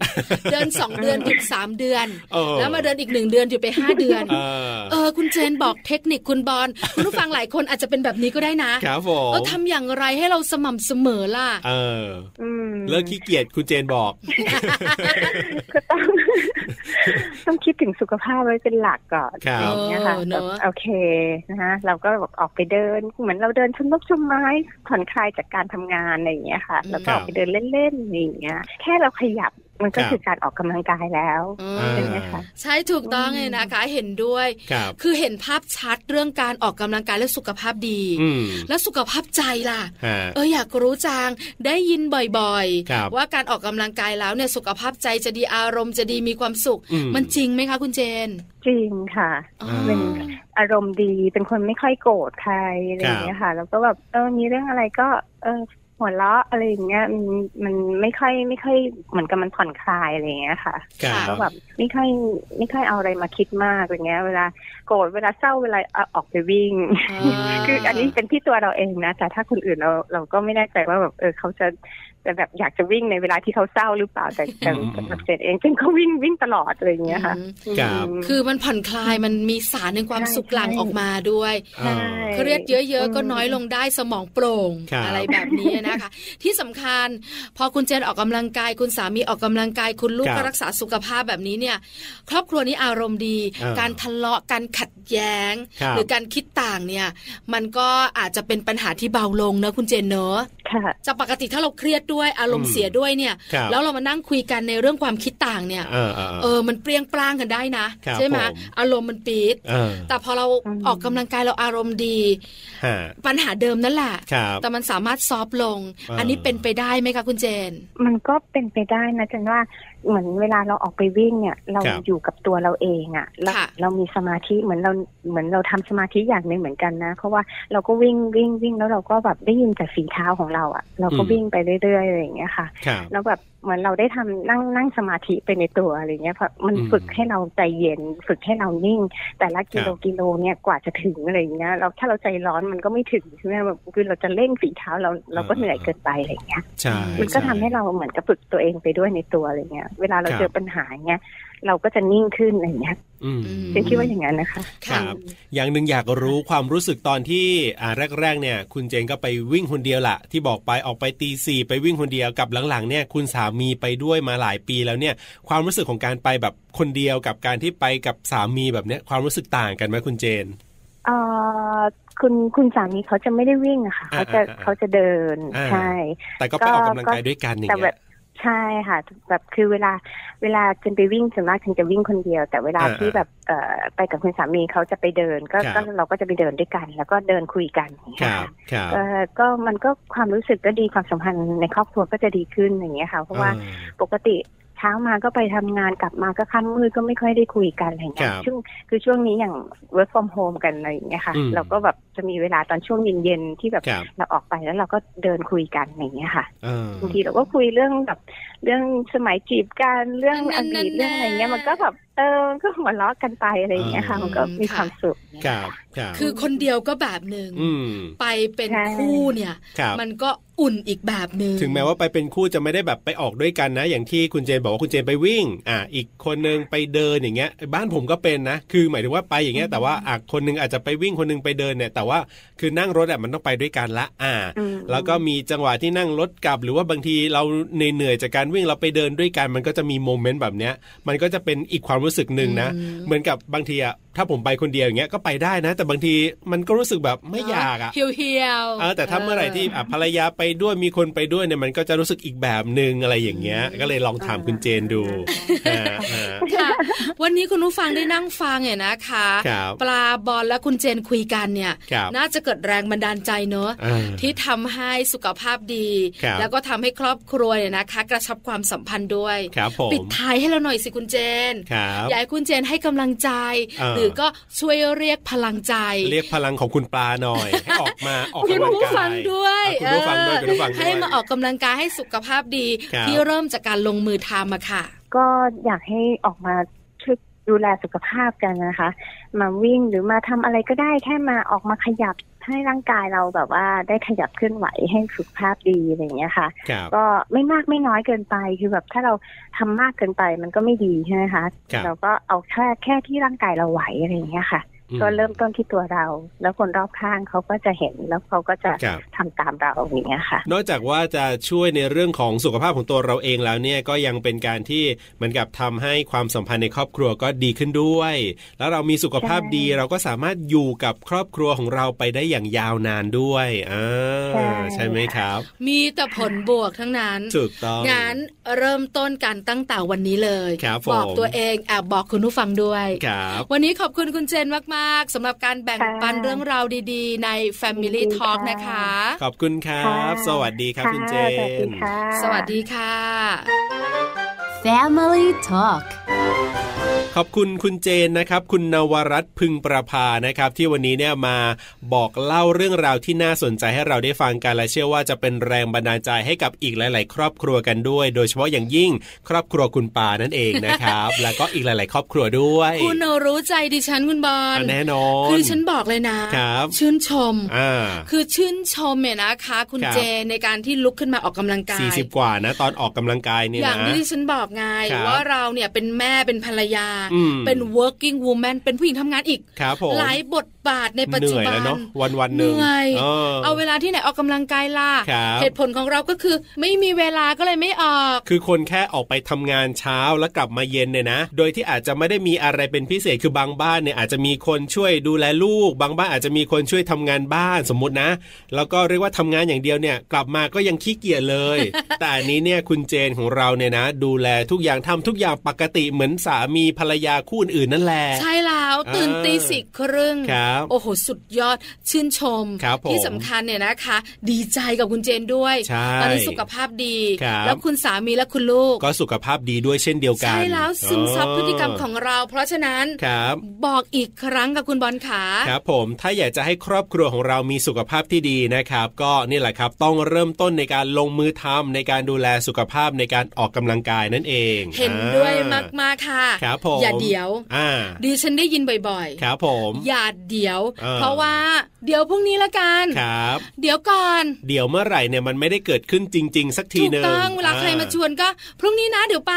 [SPEAKER 2] เดินสองเดือนหยุดสามเดือน
[SPEAKER 3] เออ
[SPEAKER 2] แล้วมาเดินอีกหนึ่งเดือนหยุดไปห้าเดือน
[SPEAKER 3] เออ
[SPEAKER 2] เออคุณเจนบอกเทคนิคคุณบอลคุณผู้ฟังหลายคนอาจจะเป็นแบบนี้ก็ได้นะครับ
[SPEAKER 3] ผ
[SPEAKER 2] เอ
[SPEAKER 3] ม
[SPEAKER 2] อทำอย่างไรให้เราสม่ำเสมอล่ะ
[SPEAKER 3] เออ
[SPEAKER 5] อืม
[SPEAKER 3] เลิกขี้เกียจคุณเจนบอก
[SPEAKER 5] ก็ต้อง *laughs* ต้องคิดถึงสุขภาพไว้เป็นหลักก่อน
[SPEAKER 3] ครั
[SPEAKER 5] อะ
[SPEAKER 3] บ
[SPEAKER 5] ไรอย่างเงี้ยค่ะ
[SPEAKER 2] เออเน
[SPEAKER 5] แบ
[SPEAKER 2] อะ
[SPEAKER 5] บโอเคนะคะเราก็แบบออกไปเดิน เหมือนเราเดินชมนกชมไม้ผ่อนคลายจากการทำงานอะไรอย่างเงี้ยค่ะ แล้วก็ออกไปเดินเล่นๆอะไรอย่างเงี้ย แค่เราขยับมันก็
[SPEAKER 3] ครับ
[SPEAKER 5] คือการออกกำลังกายแล้ว
[SPEAKER 2] เอ
[SPEAKER 3] อ่า
[SPEAKER 2] อ
[SPEAKER 5] เป็นไงคะ
[SPEAKER 2] ใช่ถูกต้องเลยนะคะ เห็นด้วย
[SPEAKER 3] ครับ
[SPEAKER 2] คือเห็นภาพชัดเรื่องการออกกำลังกายและสุขภาพดี
[SPEAKER 3] อืม
[SPEAKER 2] แล้วสุขภาพใจล่ะ
[SPEAKER 3] ฮะ
[SPEAKER 2] เอออยากรู้จังได้ยินบ่อย
[SPEAKER 3] ครับ
[SPEAKER 2] ว่าการออกกำลังกายแล้วเนี่ยสุขภาพใจจะดีอารมณ์จะดีมีความสุข
[SPEAKER 3] อืม
[SPEAKER 2] มันจริงไหมคะคุณเจน
[SPEAKER 5] จริงค่ะ
[SPEAKER 2] อ๋อ
[SPEAKER 3] อ่า
[SPEAKER 5] เป็นอารมณ์ดีเป็นคนไม่ค่อยโกรธใครอะไรอย่างเงี้ยค่ะ แล้วก็แบบเออมีเรื่องอะไรก็ เออหัวเราะอะไรอย่างเงี้ยมันมันไม่ค่อยไม่ค่อยเหมือนกับมันผ่อนคลายอะไรอย่างเงี้ยค่ะ
[SPEAKER 3] ครับ
[SPEAKER 5] ก็แบบไม่ค่อยไม่ค่อยเอาอะไรมาคิดมากอะไรเงี้ย เวลาโกรธเวลาเศร้าเวลาเอาออกไปวิ่ง
[SPEAKER 2] า
[SPEAKER 5] คืออันนี้เป็นที่ตัวเราเองนะ แต่ถ้าคนอื่นเราเราก็ไม่แน่ใจว่าแบบเออเขาจะจะแบบอยากจะวิ่งในเวลาที่เขาเศร้าหรือเปล่าแต่แต่
[SPEAKER 3] อืมอืม
[SPEAKER 5] แบบเสร็จเองซึ่งเขาวิ่งวิ่งตลอดอะไรอย่างเงี้ยค่ะ
[SPEAKER 2] อืม
[SPEAKER 3] ครับ
[SPEAKER 5] อืม
[SPEAKER 2] คือมันผ่อนคลายมันมีสารในความ
[SPEAKER 5] ใช่
[SPEAKER 2] สุขหลั่ง
[SPEAKER 5] ใช่
[SPEAKER 2] ออกมาด้วย
[SPEAKER 3] เอ
[SPEAKER 5] ใช่
[SPEAKER 3] อ
[SPEAKER 2] เครียดเยอะๆ ก็น้อยลงได้สมองโปร่ง
[SPEAKER 3] ครับ
[SPEAKER 2] อะไรแบบนี้นะคะ ที่สำคัญ พอคุณเจนออกกำลังกาย คุณสามีออกกำลังกาย คุณลูก
[SPEAKER 3] ครับ
[SPEAKER 2] ก็รักษาสุขภาพแบบนี้เนี่ย ครอบครัวนี้อารมณ์ดี
[SPEAKER 3] เออ
[SPEAKER 2] การทะเลาะการขัดแย้ง
[SPEAKER 3] ครับ
[SPEAKER 2] หรือการคิดต่างเนี่ย มันก็อาจจะเป็นปัญหาที่เบาลงนะคุณเจนเนอะ
[SPEAKER 5] ค่ะ
[SPEAKER 2] จากปกติถ้าเราเครียดด้วยอารม
[SPEAKER 3] อื
[SPEAKER 2] ณ์
[SPEAKER 3] ม
[SPEAKER 2] เสียด้วยเนี่ย
[SPEAKER 3] ครับ
[SPEAKER 2] แล้วเรามานั่งคุยกันในเรื่องความคิดต่างเนี่ย
[SPEAKER 3] เออเออ
[SPEAKER 2] เออมันเปรี้ยงปร้างกันได้นะ
[SPEAKER 3] ครับ
[SPEAKER 2] ใช่ไหม
[SPEAKER 3] ผม
[SPEAKER 2] อารมณ์มันปีด
[SPEAKER 3] เออ
[SPEAKER 2] แต่พอเรา
[SPEAKER 5] อืม
[SPEAKER 2] ออกกำลังกายเราอารมณ์ดี
[SPEAKER 3] ฮะ
[SPEAKER 2] ปัญหาเดิมนั่นแหละ
[SPEAKER 3] ครับ
[SPEAKER 2] แต่มันสามารถซอฟต์ลง
[SPEAKER 3] เอออั
[SPEAKER 2] อันนี้เป็นไปได้ไหมคะคุณเจน
[SPEAKER 5] มันก็เป็นไปได้นะจันว่าเหมือนเวลาเราออกไปวิ่งเนี่ย เรา
[SPEAKER 3] ครับ
[SPEAKER 5] อยู่กับตัวเราเองอะ่ะแล้ว
[SPEAKER 2] ค่ะ
[SPEAKER 5] เรามีสมาธิเหมือนเราเหมือนเราทำสมาธิอย่างหนึ่งเหมือนกันนะ เพราะว่าเราก็วิ่งวิ่งวิ่งแล้วเราก็แบบได้ยินแต่ฝีเท้าของเราอะ่ะ เราก็
[SPEAKER 3] อืม
[SPEAKER 5] วิ่งไปเรื่อยๆอะไรอย่างเงี้ยค่ะ
[SPEAKER 3] ครับ
[SPEAKER 5] แล้วแบบเหมือนเราได้ทำนั่งนั่งสมาธิไปในตัวอะไรเงี้ยเพราะมัน
[SPEAKER 3] อืม
[SPEAKER 5] ฝึกให้เราใจเย็น ฝึกให้เรานิ่ง แต่ละกิโล
[SPEAKER 3] ครับ
[SPEAKER 5] กิโลเนี่ยกว่าจะถึงอะไรเงี้ยเราถ้าเราใจร้อนมันก็ไม่ถึงใช่ไหมแบบคือเราจะเร่งฝีเท้าเราเราก็เหนื่อยเกินไปอะไรเงี้ย
[SPEAKER 3] ใช่
[SPEAKER 5] มันก็
[SPEAKER 3] ช่
[SPEAKER 5] ทำให้เราเหมือนกับฝึกตัวเองไปด้วยในตัวอะไรเงี้ย เวลาเรา
[SPEAKER 3] ครับ
[SPEAKER 5] เจอปัญหาเงี้ย เราก็จะนิ่งขึ้นอะไรเงี้ย
[SPEAKER 3] อืม
[SPEAKER 2] อืม
[SPEAKER 5] ฉันคิดว่าอย่างนั้นนะคะ
[SPEAKER 3] ครับ อย่างหนึ่งอยากรู้ความรู้สึกตอนที่อ่าแรกๆเนี่ย คุณเจนก็ไปวิ่งคนเดียวละที่บอกไปออกไปตีสี่ไปวิ่งคนเดียวกับหลังๆเนี่ยคุณสามีไปด้วยมาหลายปีแล้วเนี่ย ความรู้สึกของการไปแบบคนเดียวกับการที่ไปกับสามีแบบเนี้ยความรู้สึกต่างกันไหมคุณเจน
[SPEAKER 5] เอ่อคุณคุณสามีเขาจะไม่ได้วิ่งอะค่ะ เขาจะ
[SPEAKER 3] อ่าอ่าอ่า
[SPEAKER 5] เขาจะเดิน
[SPEAKER 3] อ่า
[SPEAKER 5] ใช่
[SPEAKER 3] แต่ก็ไปออกกำลังกายด้วยกันอย่าง
[SPEAKER 5] แต่แบ
[SPEAKER 3] เงี้
[SPEAKER 5] บ
[SPEAKER 3] ย
[SPEAKER 5] ใช่ค่ะแบบคือเวลาเวลาจนไปวิ่งส่วนมากฉันจะวิ่งคนเดียว แต่เวลา
[SPEAKER 3] อ่า
[SPEAKER 5] ที่แบบเอ่อไปกับคุณสามีเขาจะไปเดิน ก็
[SPEAKER 3] ครับ
[SPEAKER 5] ก็เราก็จะไปเดินด้วยกัน แล้วก็เดินคุยกันอย่าง
[SPEAKER 3] ค
[SPEAKER 5] เงี้ย
[SPEAKER 3] รับ
[SPEAKER 5] ค่ะ
[SPEAKER 3] ครับ
[SPEAKER 5] เอ่อก็มันก็ความรู้สึกก็ดีความสัมพันธ์ในครอบครัวก็จะดีขึ้นอย่างเงี้ยค่ะเพราะว่า
[SPEAKER 3] เออ
[SPEAKER 5] ปกติเช้ามาก็ไปทำงานกลับมาก็ค่ำมืดก็ไม่ค่อยได้คุยกันอะไร
[SPEAKER 3] ค
[SPEAKER 5] เงี้
[SPEAKER 3] รั
[SPEAKER 5] ย
[SPEAKER 3] บ
[SPEAKER 5] ช่วงคือช่วงนี้อย่าง work from home กันอะไรอย่างเงี้ยค่ะ
[SPEAKER 3] อืม
[SPEAKER 5] เราก็แบบจะมีเวลาตอนช่วงเย็นๆที่แบบ
[SPEAKER 3] ครับ
[SPEAKER 5] เราออกไปแล้วเราก็เดินคุยกันอย่างเงี้ยค่ะ
[SPEAKER 3] เออบ
[SPEAKER 5] างทีเราก็คุยเรื่องแบบเรื่องสมัยจีบกันเรื่องอดีตเรื่องอะไรเงี้ยมันก็แบบเออก็หัวเราะกันไปอะไรอย่างเงี้ยค่ะ มันก็มีความสุข
[SPEAKER 3] ครับครับ
[SPEAKER 2] คือคนเดียวก็แบบหนึ่ง
[SPEAKER 3] อืม
[SPEAKER 2] ไปเป็น
[SPEAKER 5] ใช่
[SPEAKER 2] คู่เนี่ย
[SPEAKER 3] ครับ
[SPEAKER 2] มันก็อุ่นอีกแบบหนึ่ง
[SPEAKER 3] ถึงแม้ว่าไปเป็นคู่จะไม่ได้แบบไปออกด้วยกันนะ อย่างที่คุณเจนบอกว่าคุณเจนไปวิ่ง อ่ะอีกคนนึงไปเดินอย่างเงี้ย บ้านผมก็เป็นนะ คือหมายถึงว่าไปอย่างเงี้ยแต่ว่าอ่ะคนนึงอาจจะไปวิ่งคนนึงไปเดินเนี่ย แต่ว่าคือนั่งรถอ่ะมันต้องไปด้วยกันละอ่า
[SPEAKER 5] อืม
[SPEAKER 3] แล้วก็มีจังหวะที่นั่งรถกลับ หรือว่าบางทีเราเหนื่อยๆจากการวิ่งเราไปเดินด้วยกัน มันก็จะมีโมเมนต์แบบเนี้ย มันก็จะเป็นอีกความรู้สึกหนึ่งนะ
[SPEAKER 2] อืม
[SPEAKER 3] เหมือนกับบางทีอ่ะถ้าผมไปคนเดียวอย่างเงี้ยก็ไปได้นะ แต่บางทีมันก็รู้สึกแบบไม่อยากอ่ะ
[SPEAKER 2] เหี่ยวๆ
[SPEAKER 3] เออแต่ถ้าเมื่อไหร่ที่อ่ะภรรยาไปด้วยมีคนไปด้วยเนี่ยมันก็จะรู้สึกอีกแบบหนึ่งอะไรอย่างเงี้ย ก็เลยลองถามคุณเจนดูอ่าอ่า
[SPEAKER 2] ค่ะวันนี้คุณผู้ฟังได้นั่งฟังเนี่ยนะคะ
[SPEAKER 3] ครับ
[SPEAKER 2] ปลาบอลและคุณเจนคุยกันเนี่ย
[SPEAKER 3] ครับ
[SPEAKER 2] น่าจะเกิดแรงบันดาลใจเนอะ
[SPEAKER 3] อ่า
[SPEAKER 2] ที่ทำให้สุขภาพดี
[SPEAKER 3] ครับ
[SPEAKER 2] แล้วก็ทำให้ครอบครัวเนี่ยนะคะ กระชับความสัมพันธ์ด้วย
[SPEAKER 3] ครับผม
[SPEAKER 2] ปิดท้ายให้เราหน่อยสิคุณเจน
[SPEAKER 3] ครับ
[SPEAKER 2] อยากให้คุณเจนให้กำลังใจ
[SPEAKER 3] เออ
[SPEAKER 2] หรือก็ช่วยเรียกพลังใจ
[SPEAKER 3] เรียกพลังของคุณปลาหน่อยให้ออกมาออก
[SPEAKER 2] คุณ
[SPEAKER 3] กำลัง
[SPEAKER 2] ผู้
[SPEAKER 3] กาย
[SPEAKER 2] ฟังด้วย
[SPEAKER 3] อ่ะคุณผู้ฟังด้วย
[SPEAKER 2] เอ
[SPEAKER 3] คุ
[SPEAKER 2] อ
[SPEAKER 3] ณผู้ฟังด้วย
[SPEAKER 2] ให้มาออกกำลังกายให้สุขภาพดี
[SPEAKER 3] ครับ
[SPEAKER 2] ที่เริ่มจากการลงมือทำอะค่ะ
[SPEAKER 5] ก็อยากให้ออกมาช่วยดูแลสุขภาพกันนะคะ มาวิ่งหรือมาทำอะไรก็ได้แค่มาออกมาขยับให้ร่างกายเราแบบว่าได้ขยับเคลื่อนไหวให้สุขภาพดีอะไรอย่างเงี้ยค่ะ
[SPEAKER 3] ครับ
[SPEAKER 5] ก็ไม่มากไม่น้อยเกินไปคือแบบถ้าเราทำมากเกินไปมันก็ไม่ดีใช่ไหมคะ
[SPEAKER 3] ครับ
[SPEAKER 5] เราก็เอาแค่แค่ที่ร่างกายเราไหวอะไรอย่างเงี้ยค่ะ ก็เริ่มต้นที่ตัวเรา แล้วคนรอบข้างเขาก็จะเห็นแล้วเขาก็จะ
[SPEAKER 3] ครับ
[SPEAKER 5] ทำตามเราอย่างเงี้ยค่ะ
[SPEAKER 3] นอกจากว่าจะช่วยในเรื่องของสุขภาพของตัวเราเองแล้วเนี่ยก็ยังเป็นการที่เหมือนกับทำให้ความสัมพันธ์ในครอบครัวก็ดีขึ้นด้วย แล้วเรามีสุขภาพ
[SPEAKER 5] ใช่
[SPEAKER 3] ดีเราก็สามารถอยู่กับครอบครัวของเราไปได้อย่างยาวนานด้วยอ่าใช่ไหมครับ
[SPEAKER 2] มีแต่ผลบวกทั้งนั้น
[SPEAKER 3] ถูกต้อง
[SPEAKER 2] งั้นเริ่มต้นกันตั้งแต่วันนี้เลย
[SPEAKER 3] ครับผม
[SPEAKER 2] บอกตัวเองแอบบอกคุณผู้ฟังด้วย
[SPEAKER 3] ครับ
[SPEAKER 2] วันนี้ขอบคุณคุณเจนมากๆสำหรับการแบ่ง
[SPEAKER 5] ค่ะ
[SPEAKER 2] ปันเรื่องราวดีๆ ใน Family
[SPEAKER 5] ยินดี
[SPEAKER 2] Talk นะคะ
[SPEAKER 3] ขอบคุณครับ สวัสดีครับคุณเจ
[SPEAKER 5] ค่ะสวัสดี
[SPEAKER 3] น
[SPEAKER 5] ค่ะ
[SPEAKER 2] สวัสดีค่ะ
[SPEAKER 1] Family Talk
[SPEAKER 3] ขอบคุณคุณเจนนะครับ คุณนวรัตน์พึงประภานะครับ ที่วันนี้เนี่ยมาบอกเล่าเรื่องราวที่น่าสนใจให้เราได้ฟังกันและเชื่อว่าจะเป็นแรงบันดาลใจให้กับอีกหลาย ๆ ครอบครัวกันด้วย โดยเฉพาะอย่างยิ่งครอบครัวคุณปานั่นเองนะครับ
[SPEAKER 2] *laughs*
[SPEAKER 3] แล้วก็อีกหลาย ๆ ครอบครัวด้วย
[SPEAKER 2] คุณรู้ใจดิฉันคุณบอล
[SPEAKER 3] อ่ะแน่นอน
[SPEAKER 2] คือดิฉันบอกเลยนะ
[SPEAKER 3] ครับ
[SPEAKER 2] ชื่นชม
[SPEAKER 3] อ่า
[SPEAKER 2] คือชื่นชมเนี่ยนะคะ คุณ
[SPEAKER 3] ครับ
[SPEAKER 2] เจนในการที่ลุกขึ้นมาออกกำลังกาย
[SPEAKER 3] สี่สิบกว่านะ ตอนออกกำลังกายเนี่ย
[SPEAKER 2] อย่าง
[SPEAKER 3] นะ
[SPEAKER 2] ที่ดิฉันบอกไง
[SPEAKER 3] ครับ
[SPEAKER 2] ว่าเราเนี่ยเป็นแม่เป็นภรรยา
[SPEAKER 3] อืม
[SPEAKER 2] เป็น working woman เป็นผู้หญิงทำงานอีก
[SPEAKER 3] ครับผม
[SPEAKER 2] หลายบทบาทในปัจ
[SPEAKER 3] เห
[SPEAKER 2] จุ
[SPEAKER 3] นื่อย
[SPEAKER 2] บัน
[SPEAKER 3] แล้วเนาะวันวันๆห
[SPEAKER 2] เห
[SPEAKER 3] นึ่ง
[SPEAKER 2] นื่อย
[SPEAKER 3] เออ
[SPEAKER 2] เอาเวลาที่ไหนออกกำลังกายล่ะ
[SPEAKER 3] ครับ
[SPEAKER 2] เหตุผลของเราก็คือ ไม่มีเวลาก็เลยไม่ออก
[SPEAKER 3] คือคนแค่ออกไปทำงานเช้าแล้วกลับมาเย็นเนี่ยนะ โดยที่อาจจะไม่ได้มีอะไรเป็นพิเศษคือบางบ้านเนี่ยอาจจะมีคนช่วยดูแลลูก บางบ้านอาจจะมีคนช่วยทำงานบ้านสมมตินะ แล้วก็เรียกว่าทำงานอย่างเดียวเนี่ย กลับมาก็ยังขี้เกียจเลย *laughs* แต่อันนี้เนี่ยคุณเจนของเราเนี่ยนะ ดูแลทุกอย่างทำทุกอย่างปกติเหมือนสามีภรรยาคู่อื่นๆนั่นแหละ
[SPEAKER 2] ใช่แล้วตื่น
[SPEAKER 3] เออ
[SPEAKER 2] ตีสี่ครึ่ง
[SPEAKER 3] ครับ
[SPEAKER 2] โอ้โห สุดยอดชื่นชม
[SPEAKER 3] ครับผม
[SPEAKER 2] ที่สำคัญเนี่ยนะคะ ดีใจกับคุณเจนด้วย
[SPEAKER 3] ใช่
[SPEAKER 2] ตอนนี้สุขภาพดี
[SPEAKER 3] ครับ
[SPEAKER 2] แล้วคุณสามีและคุณลูก
[SPEAKER 3] ก็สุขภาพดีด้วยเช่นเดียวกัน
[SPEAKER 2] ใช่แล้วซึมซับพฤติกรรมของเรา เพราะฉะนั้น
[SPEAKER 3] ครับ
[SPEAKER 2] บอกอีกครั้งกับคุณบอลขา
[SPEAKER 3] ครับผมถ้าอยากจะให้ครอบครัวของเรามีสุขภาพที่ดีนะครับ ก็นี่แหละครับต้องเริ่มต้นในการลงมือทำในการดูแลสุขภาพในการออกกำลังกายนั่นเอง
[SPEAKER 2] เห็นด้วย
[SPEAKER 3] อ่าม
[SPEAKER 2] ากๆค่ะ
[SPEAKER 3] ครับผม
[SPEAKER 2] อย่าเดี๋ยว
[SPEAKER 3] อ่า
[SPEAKER 2] ดิฉันได้ยินบ่อย
[SPEAKER 3] ครับผม
[SPEAKER 2] ๆ อย่าเดี๋ยว
[SPEAKER 3] เออ
[SPEAKER 2] เพราะว่าเดี๋ยวพรุ่งนี้ละกัน
[SPEAKER 3] ครับ
[SPEAKER 2] เดี๋ยวก่อน
[SPEAKER 3] เดี๋ยวเมื่อไหร่เนี่ยมันไม่ได้เกิดขึ้นจริง ๆ สักที
[SPEAKER 2] ถูก
[SPEAKER 3] หนึ่ง
[SPEAKER 2] ต้องเวลาใครมาชวนก็ พรุ่งนี้นะเดี๋ยวไป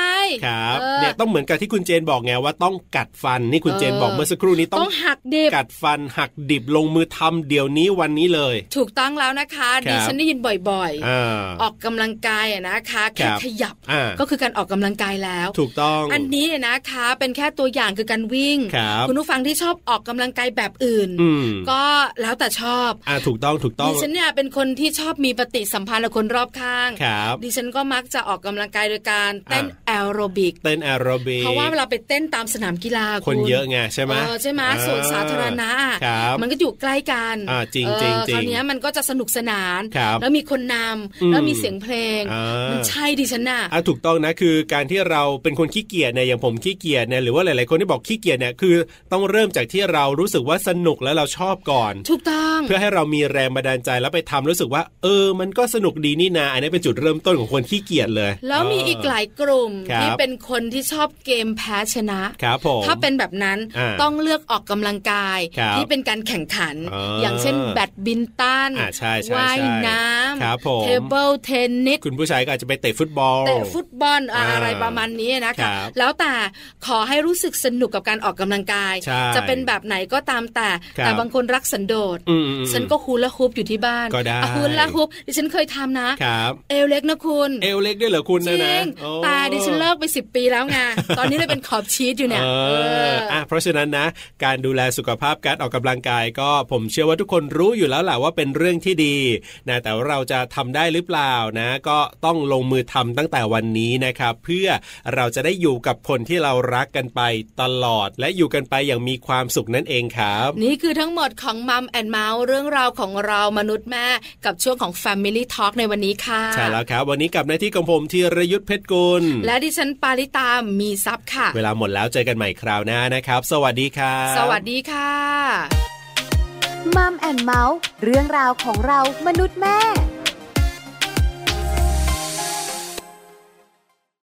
[SPEAKER 3] ครับ
[SPEAKER 2] เออ
[SPEAKER 3] เนี่ยต้องเหมือนกับที่คุณเจนบอกไงว่าต้องกัดฟันนี่คุณเจน
[SPEAKER 2] เออ
[SPEAKER 3] บอกเมื่อสักครู่นี้ต้
[SPEAKER 2] ต้
[SPEAKER 3] อ
[SPEAKER 2] องงหักดิบ
[SPEAKER 3] กัดฟันหักดิบลงมือทำเดี๋ยวนี้วันนี้เลย
[SPEAKER 2] ถูกต้องแล้วนะคะ
[SPEAKER 3] ครับ
[SPEAKER 2] ดิฉันได้ยินบ่อย
[SPEAKER 3] อ่า
[SPEAKER 2] ๆ ออกกำลังกายอะนะคะ
[SPEAKER 3] ครั
[SPEAKER 2] แค่
[SPEAKER 3] บ
[SPEAKER 2] ขยับ
[SPEAKER 3] อ่า
[SPEAKER 2] ก็คือการออกกำลังกายแล้ว
[SPEAKER 3] ถูกต้อง
[SPEAKER 2] อันนี้เนี่ยนะคะเป็นแค่ตัวอย่างคือการวิ่ง
[SPEAKER 3] ครับ
[SPEAKER 2] ณผู้ฟังที่ชอบออกกำลังกายแบบอื่น
[SPEAKER 3] อืม
[SPEAKER 2] ก็แล้ว แล้วแต่ชอบ
[SPEAKER 3] อ่าถูกต้องถูกต้อง
[SPEAKER 2] ดิฉันเนี่ยเป็นคนที่ชอบมีปฏิสัมพันธ์กับคนรอบข้าง
[SPEAKER 3] ครับ
[SPEAKER 2] ดิฉันก็มักจะออกกำลังกายโดยการเต้น
[SPEAKER 3] อ่า
[SPEAKER 2] แอโรบิก
[SPEAKER 3] เต้นแอโรบิก
[SPEAKER 2] เพราะว่าเวลาไปเต้นตามสนามกีฬา
[SPEAKER 3] คน
[SPEAKER 2] ณ
[SPEAKER 3] เยอะไงใช่ไหม
[SPEAKER 2] เออใช่ไหมสวนสาธารณะ
[SPEAKER 3] ครับ
[SPEAKER 2] มันก็อยู่ใกล้กัน
[SPEAKER 3] อ่าจริง
[SPEAKER 2] เออ
[SPEAKER 3] จริงจริ
[SPEAKER 2] ค
[SPEAKER 3] ง
[SPEAKER 2] ราวเนี้ยมันก็จะสนุกสนาน
[SPEAKER 3] ครับ
[SPEAKER 2] แล้วมีคนน
[SPEAKER 3] อืม
[SPEAKER 2] ำแล้วมีเสียงเพลง
[SPEAKER 3] อ่ามั
[SPEAKER 2] มันใช่ดิฉันน่ะ
[SPEAKER 3] อ่ะถูกต้องนะคือการที่เราเป็นคนขี้เกียจเนี่ยอย่างผมขี้เกียจเนี่ยหรือว่าหลายๆคนที่บอกขี้เกียจเนี่ยคือต้องเริ่มจากที่เรารู้สึกว่าสนุกแล้วเราชอบก่อน
[SPEAKER 2] ถูกต้อง
[SPEAKER 3] เพื่อให้เรามีแรงบันดาลใจแล้วไปทำรู้สึกว่า เออ มันก็สนุกดีนี่นาอันนี้เป็นจุดเริ่มต้นของคนขี้เกียจเลย
[SPEAKER 2] แล้วมีอีกหลายกลุ่ม
[SPEAKER 3] ครับ
[SPEAKER 2] ที่เป็นคนที่ชอบเกมแพ้ชนะ
[SPEAKER 3] ครับผม
[SPEAKER 2] ถ้าเป็นแบบนั้น
[SPEAKER 3] อ่า
[SPEAKER 2] ต้องเลือกออกกำลังกาย
[SPEAKER 3] ครับ
[SPEAKER 2] ที่เป็นการแข่งขัน
[SPEAKER 3] อ๋ออ
[SPEAKER 2] อย่างเช่นแบดบินตัน
[SPEAKER 3] อ่าใช่ใช่
[SPEAKER 2] ว่าย
[SPEAKER 3] ใช่
[SPEAKER 2] น้
[SPEAKER 3] ครับผม
[SPEAKER 2] ำเทเบิลเทนนิส
[SPEAKER 3] คุณผู้ชายก็อาจจะไปเตะฟุตบอล
[SPEAKER 2] เตะฟุตบอลอะ
[SPEAKER 3] อ่า
[SPEAKER 2] อะไรประมาณนี้นะ
[SPEAKER 3] ครั
[SPEAKER 2] คะ
[SPEAKER 3] บ
[SPEAKER 2] แล้วแต่ขอให้รู้สึกสนุกกับการออกกำลังกาย
[SPEAKER 3] ใช่
[SPEAKER 2] จะเป็นแบบไหนก็ตามแต่
[SPEAKER 3] ครับ
[SPEAKER 2] แต่บางคนรักสันโดษ
[SPEAKER 3] อืมอืมอืม
[SPEAKER 2] ฉันก็ฮูลาฮุบอยู่ที่บ้าน
[SPEAKER 3] ก็ได้
[SPEAKER 2] อ่ะฮูลาฮุบดิฉันเคยทำนะ
[SPEAKER 3] ครับ
[SPEAKER 2] เอวเล็กนะคุณ
[SPEAKER 3] เอวเล็กด้วยเหรอคุณ
[SPEAKER 2] จ
[SPEAKER 3] นะ
[SPEAKER 2] ริ
[SPEAKER 3] นะ
[SPEAKER 2] ง
[SPEAKER 3] โอ้
[SPEAKER 2] แต่ดิฉันเลิกไปสิบปีแล้ว
[SPEAKER 3] *laughs*
[SPEAKER 2] ไง ตอนนี้เลยเป็นขอบชีสอยู่เนี่ย
[SPEAKER 3] เอ
[SPEAKER 2] เอ
[SPEAKER 3] อ
[SPEAKER 2] ออ
[SPEAKER 3] อ่ะเพราะฉะนั้นนะ การดูแลสุขภาพการออกกำลังกายก็ผมเชื่อว่าทุกคนรู้อยู่แล้วแหละว่าเป็นเรื่องที่ดีนะแต่ว่าเราจะทำได้หรือเปล่านะ ก็ต้องลงมือทำตั้งแต่วันนี้นะครับ เพื่อเราจะได้อยู่กับคนที่เรารักกันไปตลอด และอยู่กันไปอย่างมีความสุขนั่นเองครับ
[SPEAKER 2] นี่คือทั้งหมดของมัมแอนเมาส์เรื่องราวของเรามนุษย์แม่กับช่วงของ Family Talk ในวันนี้ค่ะ
[SPEAKER 3] ใช่แล้วครับ วันนี้กับหน้าที่ของผมธีรยุทธเพชรกุล
[SPEAKER 2] และดิฉันปาริตามีซับค่ะ
[SPEAKER 3] เวลาหมดแล้วเจอกันใหม่คราวหน้านะครับ สวัสดีครับ
[SPEAKER 2] สวัสดีค่ะ
[SPEAKER 1] มัมแอนเมาส์เรื่องราวของเรามนุษย์แม่